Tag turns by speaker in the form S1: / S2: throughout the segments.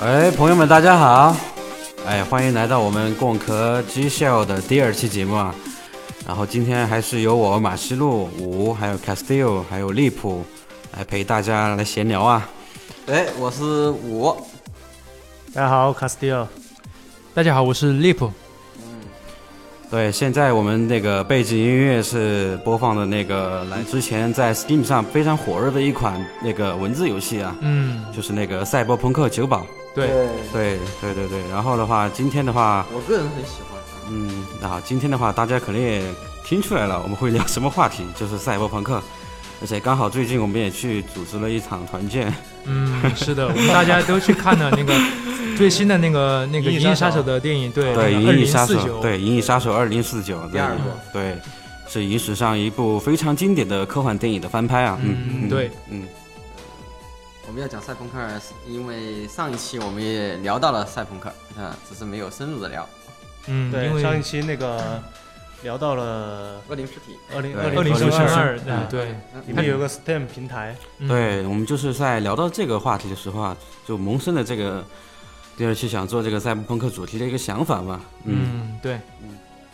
S1: 哎，朋友们，大家好！哎，欢迎来到我们共壳 G Show 的第二期节目啊。然后今天还是由我马西路、五，还有 Castillo，还有利普来陪大家来闲聊啊。哎，我是五。
S2: 大家好，Castillo。大家好，我是 Lip。
S1: 对，现在我们那个背景音乐是播放的那个来之前在 Steam 上非常火热的一款那个文字游戏啊，
S2: 嗯，
S1: 就是那个《赛博朋克酒保》。
S2: 对，
S1: 对对对对，然后的话，今天的话，
S3: 我个人很喜欢。
S1: 嗯，啊，今天的话，大家可能也听出来了，我们会聊什么话题，就是赛博朋克。而且刚好最近我们也去组织了一场团建，
S2: 嗯，是的，我们大家都去看了那个最新的 那个那个《
S3: 银翼
S2: 银翼
S3: 杀
S2: 杀
S3: 手
S2: 手》的电影，对，
S1: 对《
S2: 二
S1: 银翼
S2: 零
S1: 杀手
S2: 四》九，
S1: 对《银翼杀手二零四九》
S3: 第二部，
S1: 对，是影史上一部非常经典的科幻电影的翻拍啊。嗯，
S2: 嗯，对，
S1: 嗯，
S3: 我们要讲赛朋克，因为上一期我们也聊到了赛朋克，啊，只是没有深入的聊。
S2: 嗯，因
S4: 对，上一
S2: 为
S4: 期那个聊到了
S3: 恶灵尸体，嗯
S4: 二零
S1: 对
S4: 二
S2: 二零
S4: 零
S2: 生
S4: 生
S2: 二，
S4: 二，
S2: 嗯对对，
S4: 里面有个 STEM 平台，
S2: 嗯，
S1: 对，我们就是在聊到这个话题的时候啊，就萌生了这个呃第二期想做这个赛博朋克主题的一个想法嘛。嗯，
S2: 嗯，对，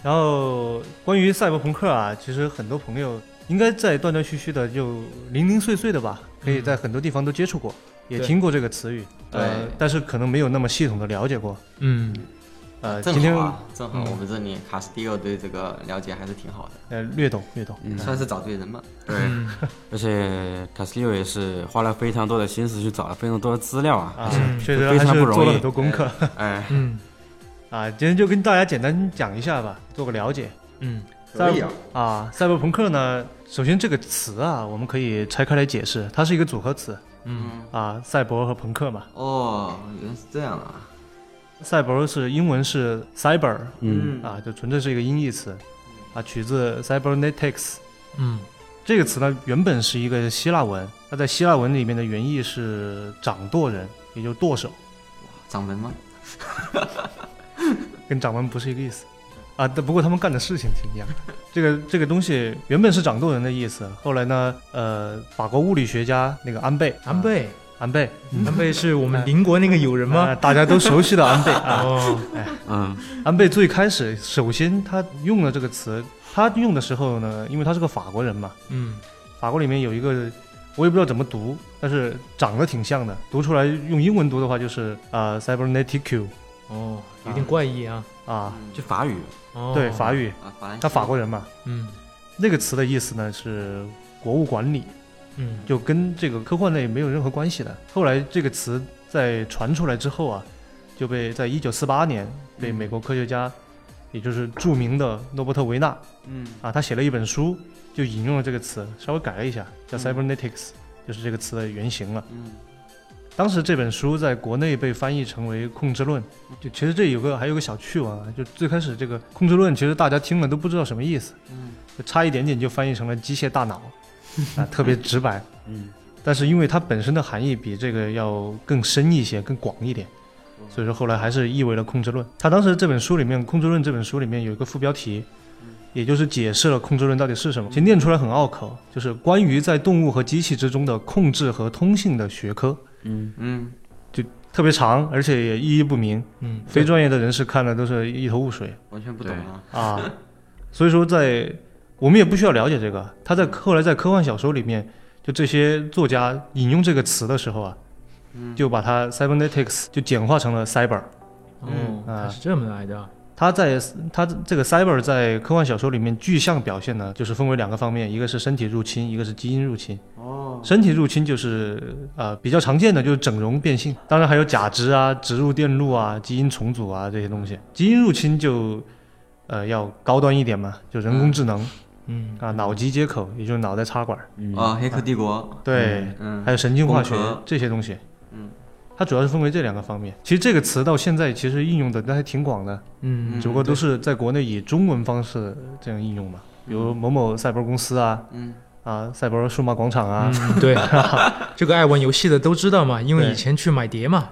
S4: 然后关于赛博朋克啊，其实很多朋友应该在断断续续的就零零碎碎的吧，可以在很多地方都接触过，也
S2: 对
S4: 听过这个词语，呃
S3: 对，
S4: 但是可能没有那么系统的了解过。
S2: 嗯，
S4: 呃，今
S3: 正
S4: 天
S3: 好啊，正好
S4: 嗯
S3: 我们这里卡斯蒂奥对这个了解还是挺好的，
S4: 呃略懂略懂，
S3: 算是找对人嘛。对
S2: 嗯，
S1: 而且卡斯利奥也是花了非常多的心思去找了非常多的资料啊。
S4: 啊
S2: 嗯，
S4: 确实
S1: 非
S4: 还
S1: 常
S4: 是
S1: 不容易
S4: 做了很多功课
S3: 哎，
S2: 嗯，
S4: 啊。今天就跟大家简单讲一下吧，做个了解。
S2: 嗯，
S3: 可以啊，
S4: 啊，赛博朋克呢，首先这个词啊，我们可以拆开来解释，它是一个组合词
S3: 嗯，
S4: 啊，赛博和朋克嘛。
S3: 哦，原来是这样啊，
S4: 赛博是英文是 cyber
S1: 嗯，
S4: 啊，就纯粹是一个音译词啊，取自 cybernetics
S2: 嗯，
S4: 这个词呢，原本是一个希腊文，它在希腊文里面的原意是掌舵人，也就舵手，
S3: 掌门吗？
S4: 跟掌门不是一个意思啊。但不过他们干的事情挺一样的。这个这个东西原本是掌舵人的意思，后来呢，呃，法国物理学家那个安倍，
S2: 安倍，
S4: 安倍。
S2: 安倍是我们邻国那个友人
S4: 啊，
S2: 吗？
S4: 大家都熟悉的安 倍啊，
S2: 哦，
S1: 嗯，
S4: 安倍最开始首先他用了这个词，他用的时候呢，因为他是个法国人嘛，
S2: 嗯，
S4: 法国里面有一个我也不知道怎么读，但是长得挺像的，读出来用英文读的话就是啊、c y b e r n e t i c u
S2: 哦，有点怪异啊，
S4: 啊，
S1: 就法语，
S2: 哦，
S4: 对，法语，
S3: 啊，法兰西
S4: 他法国人嘛，
S2: 嗯
S4: 那个词的意思呢是国务管理，
S2: 嗯，
S4: 就跟这个科幻类没有任何关系的。后来这个词在传出来之后啊，就被在一九四八年被美国科学家，也就是著名的诺伯特维纳，嗯啊，他写了一本书，就引用了这个词，稍微改了一下，叫 cybernetics，、就是这个词的原型了。
S3: 嗯，
S4: 当时这本书在国内被翻译成为《控制论》，就其实这有个还有个小趣闻啊，就最开始这个《控制论》其实大家听了都不知道什么意思，
S3: 嗯，
S4: 就差一点点就翻译成了“机械大脑”，啊，特别直白，
S1: 嗯，
S4: 但是因为它本身的含义比这个要更深一些、更广一点，所以说后来还是译为了《控制论》。他当时这本书里面，《控制论》这本书里面有一个副标题。也就是解释了控制论到底是什么，其实念出来很拗口，就是关于在动物和机器之中的控制和通信的学科。
S1: 嗯，
S3: 嗯，
S4: 特别长，而且也意义不明，
S2: 嗯，
S4: 非专业的人士看了都是一头雾水
S3: 完全不懂啊。
S4: 啊。所以说在，我们也不需要了解这个。他在后来在科幻小说里面，就这些作家引用这个词的时候啊，
S3: 嗯
S4: 就把它 cybernetics 就简化成了 cyber。
S2: 哦，
S4: 啊
S2: 他是这么来的，
S4: 它在它这个 cyber 在科幻小说里面具象表现呢，就是分为两个方面，一个是身体入侵，一个是基因入侵。哦，身体入侵就是呃比较常见的就是整容变性，当然还有假肢啊、植入电路啊、基因重组啊这些东西。基因入侵就呃要高端一点嘛，就人工智能、
S2: 嗯
S4: 啊，脑机接口，也就是脑袋插管儿，
S3: 哦，黑客帝国，
S4: 嗯对，
S3: 嗯
S4: 还有神经化学
S3: 工科
S4: 这些东西。
S3: 嗯，
S4: 它主要是分为这两个方面。其实这个词到现在其实应用的那还挺广的。
S2: 嗯
S4: 只不过都是在国内以中文方式这样应用嘛，
S2: 嗯
S4: 比如某某赛博公司啊，
S3: 嗯，
S4: 啊赛博数码广场啊，
S2: 嗯，对， 这个爱玩游戏的都知道嘛，因为
S4: 对
S2: 以前去买碟嘛，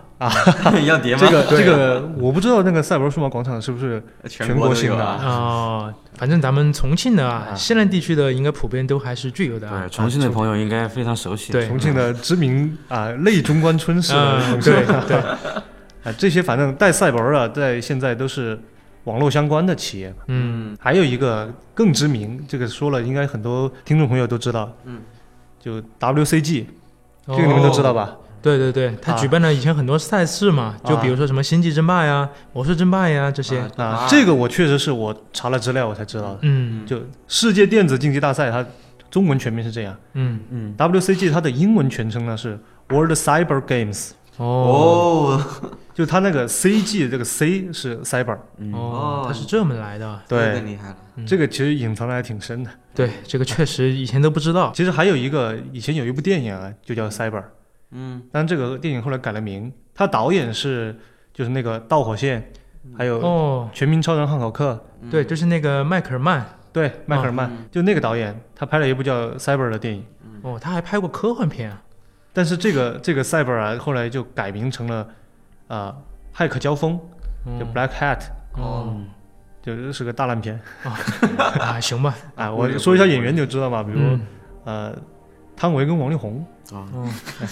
S3: 要叠吗？
S4: 这个这个我不知道那个赛博数码广场是不是
S3: 全
S4: 国
S3: 国
S4: 性的
S3: 的
S4: 啊
S3: 啊，
S2: 哦，反正咱们重庆的啊，
S4: 啊
S2: 西南地区的应该普遍都还是具有的啊
S1: 对，。重庆的朋友应该非常熟悉。
S2: 对
S4: 重庆的知名啊类中关村式的
S2: 嗯，
S4: 东西
S2: 对对，
S4: 啊，这些反正带赛博的，在现在都是网络相关的企业嘛。
S2: 嗯，
S4: 还有一个更知名，这个说了应该很多听众朋友都知道，
S3: 嗯，
S4: 就 WCG，这个你们都知道吧？
S2: 哦对对对，他
S4: 啊
S2: 举办了以前很多赛事嘛，就比如说什么《星际争霸》呀、《魔兽争霸》呀这些。
S4: 啊，这个我确实是我查了资料我才知道的，
S2: 嗯
S4: 就世界电子竞技大赛，它中文全名是这样
S2: 嗯
S1: 嗯，
S4: ，WCG 它的英文全称呢是 World Cyber Games，
S2: 哦
S3: 哦，
S4: 就它那个 CG 这个 C 是 cyber，
S2: 嗯
S3: 哦
S2: 它是这么来的。
S3: 这
S4: 对
S3: 个厉害了，
S2: 嗯
S4: 这个其实隐藏的还挺深的。
S2: 对，这个确实以前都不知道。
S4: 其实还有一个以前有一部电影啊，就叫 cyber，
S3: 嗯，
S4: 但这个电影后来改了名，它导演是就是那个《导火线》，还有《
S2: 哦，
S4: 全民超人汉考克》
S3: 嗯
S2: 对，就是那个迈克尔曼。
S4: 对，迈克尔曼、
S3: 嗯
S4: 就那个导演，他拍了一部叫《Cyber》的电影，
S2: 哦，他还拍过科幻片啊。
S4: 但是这个这个《Cyber》啊，后来就改名成了啊、骇客交锋》，就
S2: 哦
S4: Black Hat，、
S3: 啊
S2: 哦
S4: 就是个大烂片
S2: 啊，行吧。
S4: 啊。
S3: 忽
S4: 我
S3: 略
S4: 说一下
S3: 忽略
S4: 演员就知道 嘛，比如、
S2: 嗯，
S4: 呃，汤唯跟王力 宏，
S2: 哦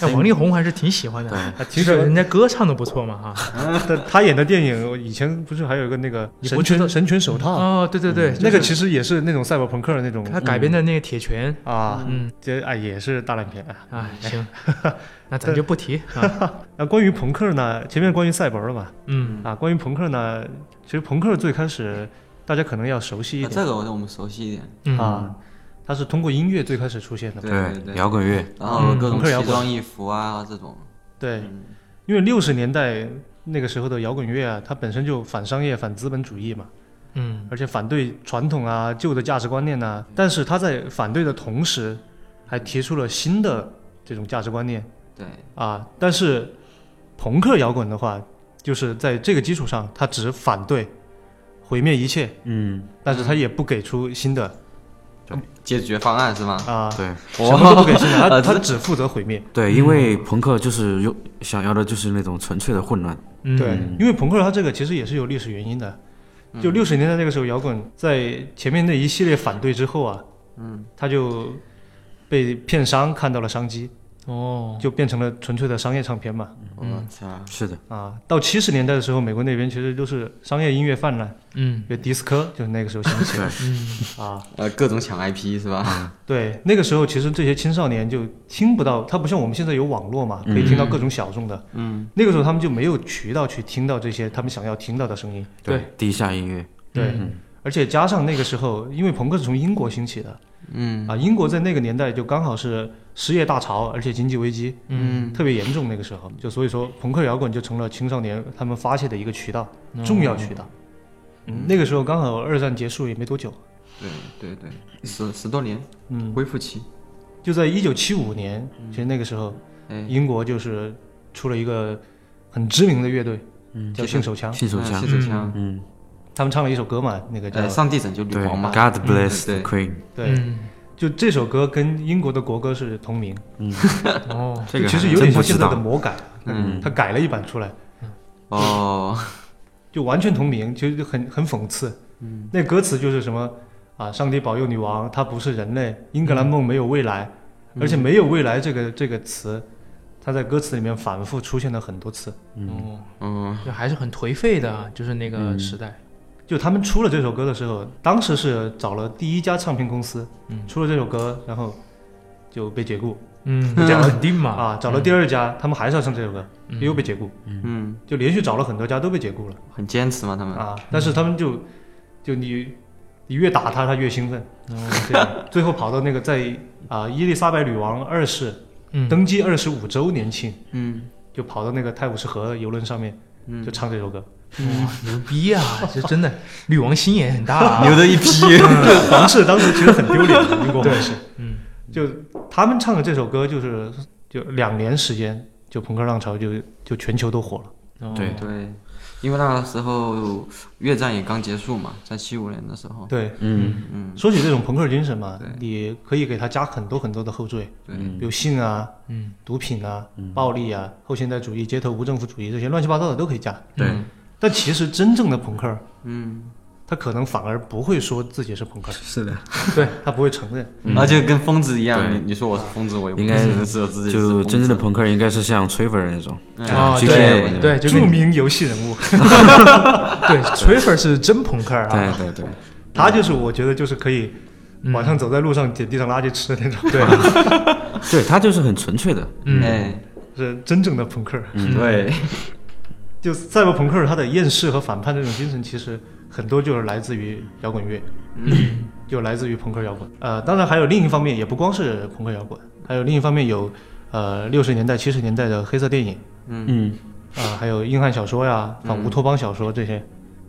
S2: 哎，王力宏还是挺喜欢的，
S3: 对，
S4: 啊，
S2: 其
S4: 挺
S2: 实
S4: 喜欢
S2: 人家歌唱的不错嘛哈。
S4: 他他演的电影，我以前不是还有一个那个
S2: 你不
S4: 神
S2: 知道
S4: 拳神拳手套，
S2: 哦，对对对，
S4: 啊嗯那
S2: 就
S4: 个
S2: 是
S4: 其实也是那种赛博朋克的那种
S2: 他改编的那个铁拳。
S4: 啊，
S2: 嗯
S4: 这啊也是大烂片啊。
S2: 啊， 行，那咱就不提啊。
S4: 那关于朋克呢，前面关于赛博了嘛，
S2: 嗯
S4: 啊，关于朋克呢，其实朋克最开始大家可能要熟悉一
S3: 啊
S4: 点
S3: 这个我我们熟悉一点，
S2: 嗯
S4: 啊，它是通过音乐最开始出现的嘛。
S3: 对对对
S1: 摇滚乐，
S3: 然后各种
S4: 朋克摇
S3: 奇
S4: 滚
S3: 装异服啊这种，
S4: 对，
S3: 嗯
S4: 因为六十年代那个时候的摇滚乐啊，它本身就反商业、反资本主义嘛，
S2: 嗯
S4: 而且反对传统啊、旧的价值观念呐、但是它在反对的同时，还提出了新的这种价值观念
S3: 对，
S4: 啊。但是朋克摇滚的话，就是在这个基础上，它只反对、毁灭一切，
S1: 嗯，
S4: 但是它也不给出新的
S3: 解决方案是吗？
S4: 啊。
S1: 对
S4: 什么都不给新的，
S3: 哇
S4: 他他只负责毁灭。
S1: 对，因为朋克就是有想要的就是那种纯粹的混乱，
S2: 嗯，
S4: 对，因为朋克它这个其实也是有历史原因的。就六十年代那个时候，摇滚在前面那一系列反对之后啊，嗯，他就被片商看到了商机，
S2: 哦，
S4: 就变成了纯粹的商业唱片嘛。
S3: 我操，
S1: 是的，
S4: 啊，到七十年代的时候，美国那边其实都是商业音乐泛滥，
S2: 嗯
S4: 有迪斯科，就是那个时候兴 起的
S2: 嗯
S4: 啊。
S3: 呃，各种抢 IP 是吧？
S4: 对，那个时候其实这些青少年就听不到，他不像我们现在有网络嘛，可以听到各种小众的。
S3: 嗯，
S4: 那个时候他们就没有渠道去听到这些他们想要听到的声音。
S1: 对，地下音乐，
S4: 对，而且加上那个时候，因为朋克是从英国兴起的，
S3: 嗯
S4: 啊，英国在那个年代就刚好是失业大潮，而且经济危机
S3: 嗯，
S4: 特别严重，那个时候就所以说朋克摇滚就成了青少年他们发泄的一个渠道，
S2: 哦嗯
S4: 重要渠道。嗯，那个时候刚好二战结束也没多久，
S3: 对嗯对对，十十多年
S4: 嗯，
S3: 恢复期，
S4: 就在一九七五年，其实那个时候
S3: 哎，
S4: 英国就是出了一个很知名的乐队，叫性手枪，
S1: 信手
S3: 嗯
S1: 枪
S3: 信，手枪，
S1: 嗯，
S4: 他们唱了一首歌嘛，那个叫
S3: 呃，上帝拯救女
S1: 对
S3: 王嘛，嗯
S1: ，God bless
S3: 对
S1: the Queen，
S4: 对，
S2: 嗯
S4: 就这首歌跟英国的国歌是同名。
S2: 哦，
S1: 这个
S4: 其实
S1: 还
S4: 有
S1: 真
S4: 点
S1: 不
S4: 像
S1: 知
S4: 现在的
S1: 道，
S4: 魔改，
S1: 嗯
S4: 他改了一版出来，
S3: 哦，
S4: 就完全同名，其实就很很讽刺。嗯，那歌词就是什么啊，上帝保佑女王，她不是人类，英格兰梦没有未来，而且没有未来这个这个词，它在歌词里面反复出现了很多次。
S2: 哦，
S3: 嗯，
S2: 就还是很颓废的，就是那个时代。
S4: 就他们出了这首歌的时候，当时是找了第一家唱片公司，
S2: 嗯
S4: 出了这首歌，然后就被解雇
S2: 嗯，
S4: 嗯
S2: 这样肯定嘛。
S4: 啊，找了
S1: 嗯
S4: 第二家，他们还是要唱这首歌，又被解雇，
S3: 嗯，
S4: 就连续找了很多家都被解雇了。
S3: 很坚持嘛，他
S2: 嗯
S3: 们，
S4: 啊，但是他们就就你你越打他，他越兴奋，
S2: 哦
S4: 这样最后跑到那个在啊伊丽莎白女王二世
S2: 嗯，
S4: 登基二十五周年庆，
S3: 嗯，
S4: 就跑到那个泰晤士河游轮上面，
S2: 嗯
S4: 就唱这首歌，
S2: 哇，牛逼啊！ 这真的，女王心也很大啊。
S3: 牛的一批，
S4: 皇室当时其实很丢脸的，英国皇室，
S2: 嗯，
S4: 就他们唱的这首歌就是就两年时间。就朋克浪潮就就全球都火了，
S1: 嗯
S2: 哦
S1: 对
S3: 对，因为那个时候越战也刚结束嘛，在七五年的时
S2: 哦
S3: 候，
S4: 对。
S1: 嗯，
S3: 嗯，
S4: 说起这种朋克精神嘛
S3: 对，
S4: 你可以给他加很多很多的后缀，
S3: 对，
S4: 有性啊，
S2: 嗯，
S4: 毒品啊、暴力啊、后现代主义、街头无政府主义这些乱七八糟的都可以加。
S1: 对
S3: 嗯
S4: 但其实真正的朋克，
S3: 嗯，
S4: 他可能反而不会说自己是朋克，
S5: 是的，
S2: 对，
S4: 他不会承认。
S5: 嗯
S3: 啊，就跟疯子一样，
S1: 对
S3: 你你说我是疯子，我也不
S1: 应该
S3: 认识我自己是
S1: 就
S3: 疯
S1: 真正的
S3: 子
S1: 朋克应该是像 Traver 那种，
S3: 嗯
S2: 啊，
S1: 这些我
S2: 对
S1: 就
S2: 对，就
S4: 著
S2: 跟你
S4: 名游戏人物，
S2: 对 t r i f e r 是真朋 克啊，
S1: 对对对，
S4: 他就是我觉得就是可以晚上走在路上捡地上垃圾吃的那种，
S2: 嗯对，
S1: 对他就是很纯粹的，
S2: 嗯，
S3: 哎，
S4: 是真正的朋克。
S3: 对，
S4: 就赛博朋克他的厌世和反叛这种精神，其实很多就是来自于摇滚乐，嗯，就来自于朋克摇滚。呃，当然还有另一方面，也不光是朋克摇滚，还有另一方面有呃六十年代、七十年代的黑色电影，
S1: 嗯，
S4: 啊、还有硬汉小说呀、反乌托邦小说这些。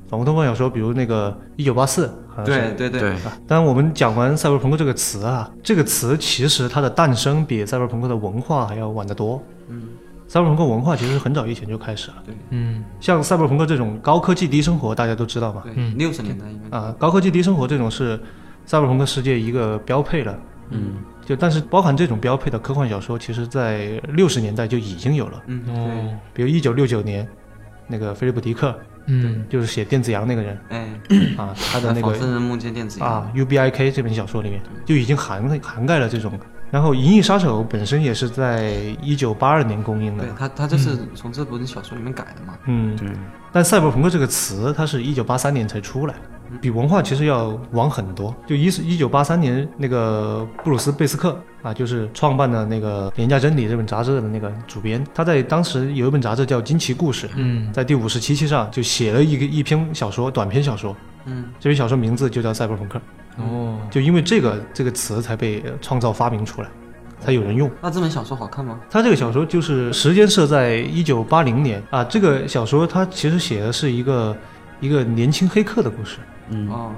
S4: 反乌托邦小说，比如那个《一九八四》，好像是
S3: 对对对，
S1: 对，
S4: 啊，当然，我们讲完赛博朋克这个词啊，这个词其实它的诞生比赛博朋克的文化还要晚得多。嗯，赛博朋克文化其实很早以前就开始了。
S2: 嗯，
S4: 像赛博朋克这种高科技低生活，大家都知道吧？
S3: 对，六十年代应该
S4: 啊，高科技低生活这种是赛博朋克世界一个标配了。嗯，就但是包含这种标配的科幻小说，其实在六十年代就已经有了。
S3: 嗯，
S2: 哦，
S4: 比如一九六九年，那个菲利普·迪克
S2: 嗯，
S4: 就是写《电子羊》那个人
S3: 对，哎，
S4: 啊，他的那个
S3: 仿生人梦见电子羊，
S4: 啊，UBIK 这本小说里面就已经涵涵盖了这种。然后《银翼杀手》本身也是在一九八二年公映的
S3: 对，他他就是从这本小说里面改的嘛，
S4: 嗯，
S1: 对。
S4: 但赛博朋克这个词，它是一九八三年才出来，比文化其实要晚很多。就一一九八三年，那个布鲁斯·贝斯克啊，就是创办的那个《廉价真理》这本杂志的那个主编，他在当时有一本杂志叫《惊奇故事》，
S2: 嗯，
S4: 在第五十七期上就写了一个一篇小说，短篇小说，
S3: 嗯，
S4: 这篇小说名字就叫《赛博朋克》。
S2: 哦，
S4: 就因为这个这个词才被呃创造发明出来，才有人用。
S3: 那这本小说好看吗？
S4: 他这个小说就是时间设在一九八零年啊，这个小说它其实写的是一个一个年轻黑客的故事，
S1: 嗯，
S3: 哦，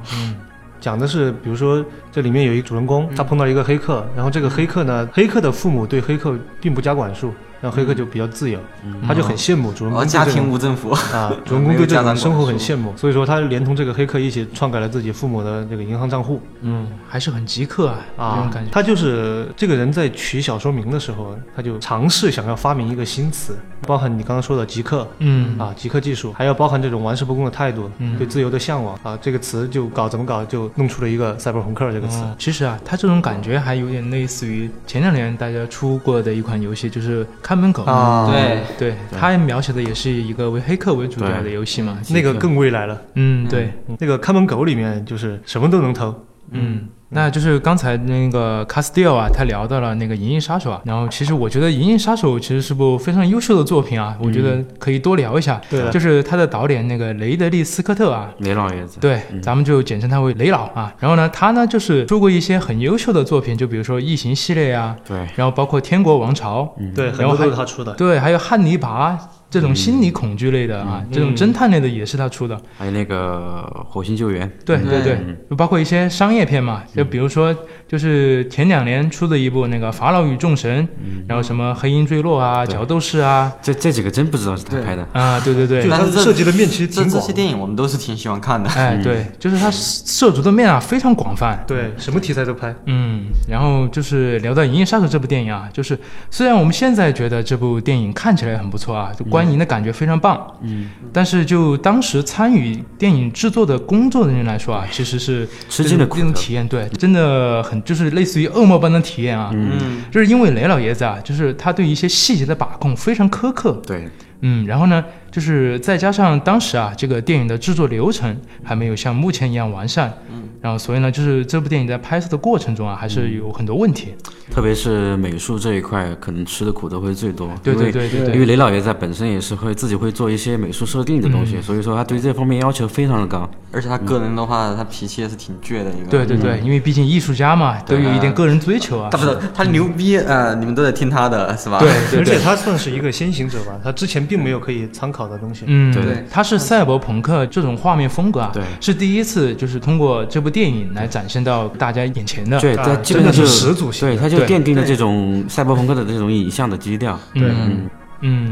S4: 讲的是比如说这里面有一个主人
S3: 嗯
S4: 公，他碰到一个黑客，然后这个黑客呢，黑客的父母对黑客并不加管束，然后黑客就比较自由，
S1: 嗯
S4: 他就很羡慕主人公
S3: 嗯哦，
S4: 对
S3: 家
S4: 这种
S3: 庭无嗯政府，
S4: 啊，主人公对这种生活很羡慕，所以说他连同这个黑客一起篡改了自己父母的这个银行账户。
S2: 嗯，还是很极客啊，这
S4: 啊
S2: 种感，觉，
S4: 他就是这个人在取小说名的时候，他就尝试想要发明一个新词，包含你刚刚说的极客
S2: 嗯，
S4: 啊，极客技术，还要包含这种玩世不恭的态度，
S2: 嗯
S4: 对自由的向往啊，这个词就搞怎么搞就弄出了一个赛博朋克这个词。
S2: 哦其实啊，它这种感觉还有点类似于前两年大家出过的一款游戏，就是《看门狗》
S4: 啊
S3: 对，
S2: 嗯对，它描写的也是一个为黑客为主角的游戏嘛。
S4: 那个更未来了，
S2: 嗯，对，
S4: 那个看门狗里面就是什么都能偷，
S2: 嗯，那就是刚才那个 Castile 啊，他聊到了那个《银翼杀手》啊，然后其实我觉得《银翼杀手》其实是部非常优秀的作品啊，我觉得可以多聊一下。
S4: 对的
S2: 就是他的导演那个雷德利·斯科特啊，
S1: 雷老爷子，
S2: 对，咱们就简称他为雷老啊。然后呢，他呢就是出过一些很优秀的作品，就比如说《异形》系列啊，
S1: 对，
S2: 然后包括《天国王朝》
S4: 对，
S2: 然
S4: 很
S2: 后
S4: 多都
S2: 还
S4: 是他出的。
S2: 对，还有《汉尼拔》这种心理恐惧类的啊，这种侦探类的也是他出的。
S1: 还有那个火星救援，
S2: 对对对
S1: 嗯，
S2: 就包括一些商业片嘛，就比如说就是前两年出的一部那个《法老与众神》，
S1: 嗯
S2: 然后什么《黑鹰坠落》啊，《角斗士》啊，
S1: 这这几个真不知道是他
S3: 对
S1: 拍的，
S2: 啊，对对
S4: 就
S2: 对，
S4: 他
S3: 但是这
S4: 涉及的面其实
S3: 这
S4: 挺
S3: 这
S4: 广
S3: 些，电影我们都是挺喜欢看的，
S1: 嗯
S2: 哎对，就是它涉足的面啊非常广泛。
S4: 对，什么题材都拍。
S2: 嗯，然后就是聊到《银翼杀手》这部电影啊，就是虽然我们现在觉得这部电影看起来很不错啊，
S1: 嗯
S2: 就观影的感觉非常棒，嗯，但是就当时参与电影制作的工作人员来说啊，其实是
S1: 吃惊的苦
S2: 这种
S1: 头
S2: 体验，对，真的很就是类似于噩梦般的体验啊，
S3: 嗯，
S2: 就是因为雷老爷子啊，就是他对一些细节的把控非常苛刻，
S1: 对，
S2: 嗯，然后呢，就是再加上当时啊，这个电影的制作流程还没有像目前一样完善，嗯，然后所以呢，就是这部电影在拍摄的过程中啊，还是有很多问题。
S1: 特别是美术这一块，可能吃的苦头会最多，
S2: 对
S1: 因为
S2: 对对对
S1: 因
S2: 对，
S1: 为雷老爷子他本身也是会自己会做一些美术设定的东西，所以说他对这方面要求非常的高。
S3: 而且他个人的话，他脾气也是挺倔的一个，
S2: 对对对，因为毕竟艺术家嘛，都有一点个人追求啊
S3: 他。不是他牛逼，呃，你们都得听他的是吧？
S2: 对对
S4: 而且
S2: 对，
S4: 他算是一个先行者吧，他之前并没有可以参考的东西。
S2: 嗯，
S3: 对
S2: 他是赛博朋克这种画面风格啊，
S1: 对
S2: 是第一次就是通过这部电影来展现到大家眼前的。
S1: 对，
S4: 啊
S1: 他基本上
S4: 真
S1: 就
S4: 的是始祖型
S1: 对，
S4: 的
S1: 他就
S2: 对
S1: 奠定了这种赛博朋克的这种影像的基调。
S2: 嗯嗯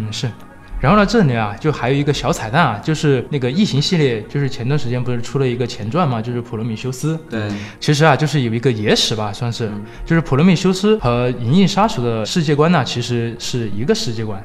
S2: 嗯是。然后呢，这里啊就还有一个小彩蛋啊，就是那个异形系列，就是前段时间不是出了一个前传嘛，就是普罗米修斯。
S3: 对，
S2: 其实啊，就是有一个野史吧，算是，
S1: 嗯
S2: 就是普罗米修斯和银翼杀手的世界观呢，其实是一个世界观。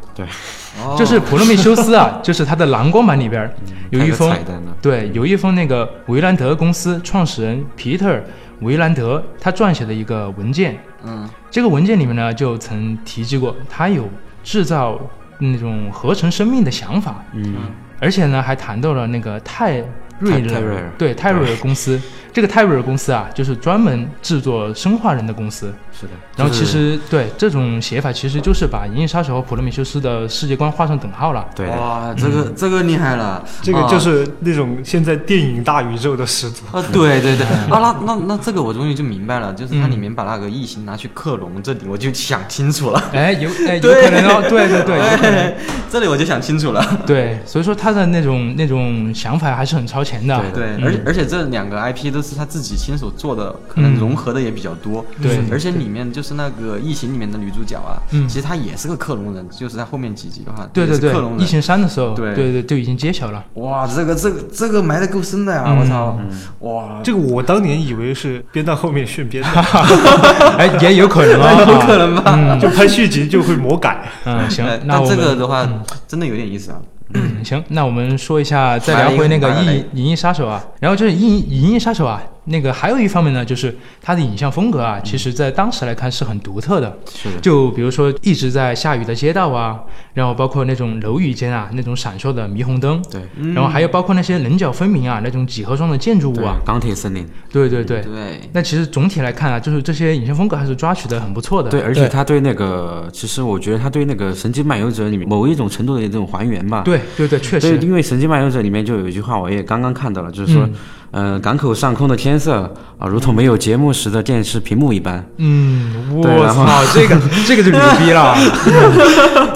S3: 哦
S2: 就是普罗米修 斯啊，就是他的蓝光版里边儿有一封
S1: 嗯太多彩蛋了，
S2: 对，有一封那个维兰德公司创始人皮特·维兰德他撰写的一个文件。
S3: 嗯
S2: 这个文件里面呢，就曾提及过他有制造那种合成生命的想法，
S1: 嗯，
S2: 而且呢还谈到了那个泰瑞
S1: 泰泰瑞
S2: 尔
S1: 尔
S2: 对泰瑞尔公司。这个泰瑞尔公司啊，就是专门制作生化人的公司。
S1: 是的，
S2: 然后
S1: 就
S2: 其
S1: 是
S2: 实对这种写法，其实就是把《银翼杀手》和普罗米修斯的世界观画上等号了。
S1: 对的，
S3: 哇，这
S2: 嗯
S3: 个这个厉害了，
S4: 这个
S3: 啊
S4: 就是那种现在电影大宇宙的始祖。
S3: 啊，对对对，啊，那那那这个我终于就明白了，就是
S2: 嗯
S3: 它里面把那个异形拿去克隆，这里我就想清楚了，
S2: 哎，有哎 有
S3: 对
S2: 可能哦，对对对，有可 能
S3: 这里我就想清楚了。
S2: 对，所以说他的那种那种想法还是很超前的。
S1: 对
S3: 对，
S2: 嗯
S3: 而且而且这两个 IP 都是他自己亲手做的，可能
S2: 嗯
S3: 融合的也比较多。嗯
S2: 对
S3: 而且里面就是那个异形里面的女主角啊，
S2: 嗯
S3: 其实她也是个克隆人，就是在后面几集的话，
S2: 对
S3: 也
S2: 对
S3: 是克隆
S2: 对，
S3: 人
S2: 异。形三的时候，
S3: 对
S2: 对对就已经揭晓了。
S3: 哇，这个这个这个埋的够深的呀！
S2: 嗯
S3: 我操，哇，
S4: 这个我当年以为是编到后面炫编的，
S2: 哎，也有可能啊，有可能吧。嗯
S4: 就拍续集就会魔改。
S2: 嗯，行
S3: 呃，
S2: 那
S3: 那
S2: 我
S3: 这
S2: 们
S3: 个的话真的有点意思啊。
S2: 嗯行，那我们说一下，再
S3: 买了
S2: 聊
S3: 一个
S2: 回那个
S3: 买了
S2: 《
S3: 一
S2: 银
S3: 个
S2: 银翼杀手》啊，然后就是《银银翼杀手》啊，那个还有一方面呢，就是它的影像风格啊，其实在当时来看是很独特的。
S1: 是的，
S2: 就比如说一直在下雨的街道啊，然后包括那种楼宇间啊那种闪烁的霓虹灯，
S1: 对
S3: 嗯
S2: 然后还有包括那些棱角分明啊那种几何状的建筑物啊
S1: 对，钢铁森林，
S2: 对对对。
S3: 嗯对，
S2: 那其实总体来看啊，就是这些影像风格还是抓取的很不错的。
S1: 对，而且他对那个，其实我觉得他对那个《神经漫游者》里面某一种程度的这种还原吧，
S2: 对对对，确
S1: 对，
S2: 实，
S1: 因为《神经漫游者》里面就有一句话，我也刚刚看到了，就是说，呃，港口上空的天色啊，如同没有节目时的电视屏幕一般。
S2: 嗯，
S1: 对
S2: 我
S1: 然后
S2: 操，这个这个就牛逼了。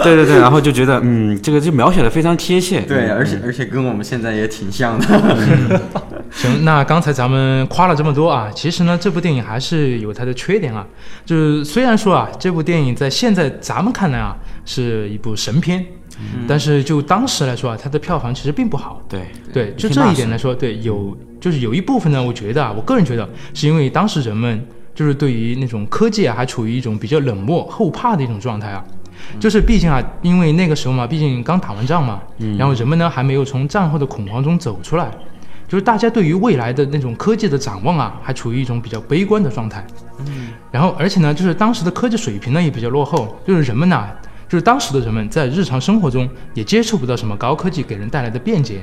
S1: 对对对，然后就觉得，嗯，这个就描写的非常贴切。
S3: 对，
S2: 嗯
S3: 啊而且而且跟我们现在也挺像的。
S2: 行，那刚才咱们夸了这么多啊，其实呢，这部电影还是有它的缺点啊。就是虽然说啊，这部电影在现在咱们看来啊是一部神片，但是就当时来说啊，它的票房其实并不好。
S1: 对，
S2: 对，就
S1: 挺
S2: 这
S1: 大
S2: 一点来说，对，有就是有一部分呢，我觉得啊，我个人觉得是因为当时人们就是对于那种科技啊，还处于一种比较冷漠、后怕的一种状态啊。就是毕竟啊，因为那个时候嘛，毕竟刚打完仗嘛，然后人们呢还没有从战后的恐慌中走出来，就是大家对于未来的那种科技的展望啊，还处于一种比较悲观的状态。然后而且呢，就是当时的科技水平呢也比较落后，就是人们呐、就是当时的人们在日常生活中也接触不到什么高科技给人带来的便捷，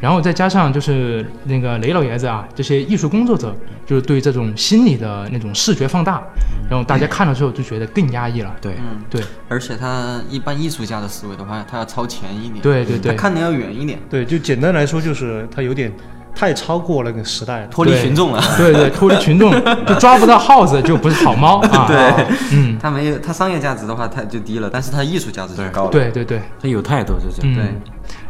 S2: 然后再加上就是那个雷老爷子啊，这些艺术工作者就是对这种心理的那种视觉放大，然后大家看了之后就觉得更压抑了。
S1: 对，
S2: 对
S3: 而且他一般艺术家的思维的话，他要超前一点，嗯
S2: 对对
S3: 他
S2: 对，
S3: 看的要远一点，
S4: 对，就简单来说就是它有点太超过了那个时代了。
S3: 脱离
S2: 对
S3: 群众了。
S2: 对对，脱离群众就抓不到耗子就不是好猫啊。
S3: 对，
S2: 嗯，
S3: 它没有它商业价值的话，它就低了，但是它艺术价值就高了。
S2: 对对对。
S1: 他有态度，就是。
S2: 嗯
S3: 对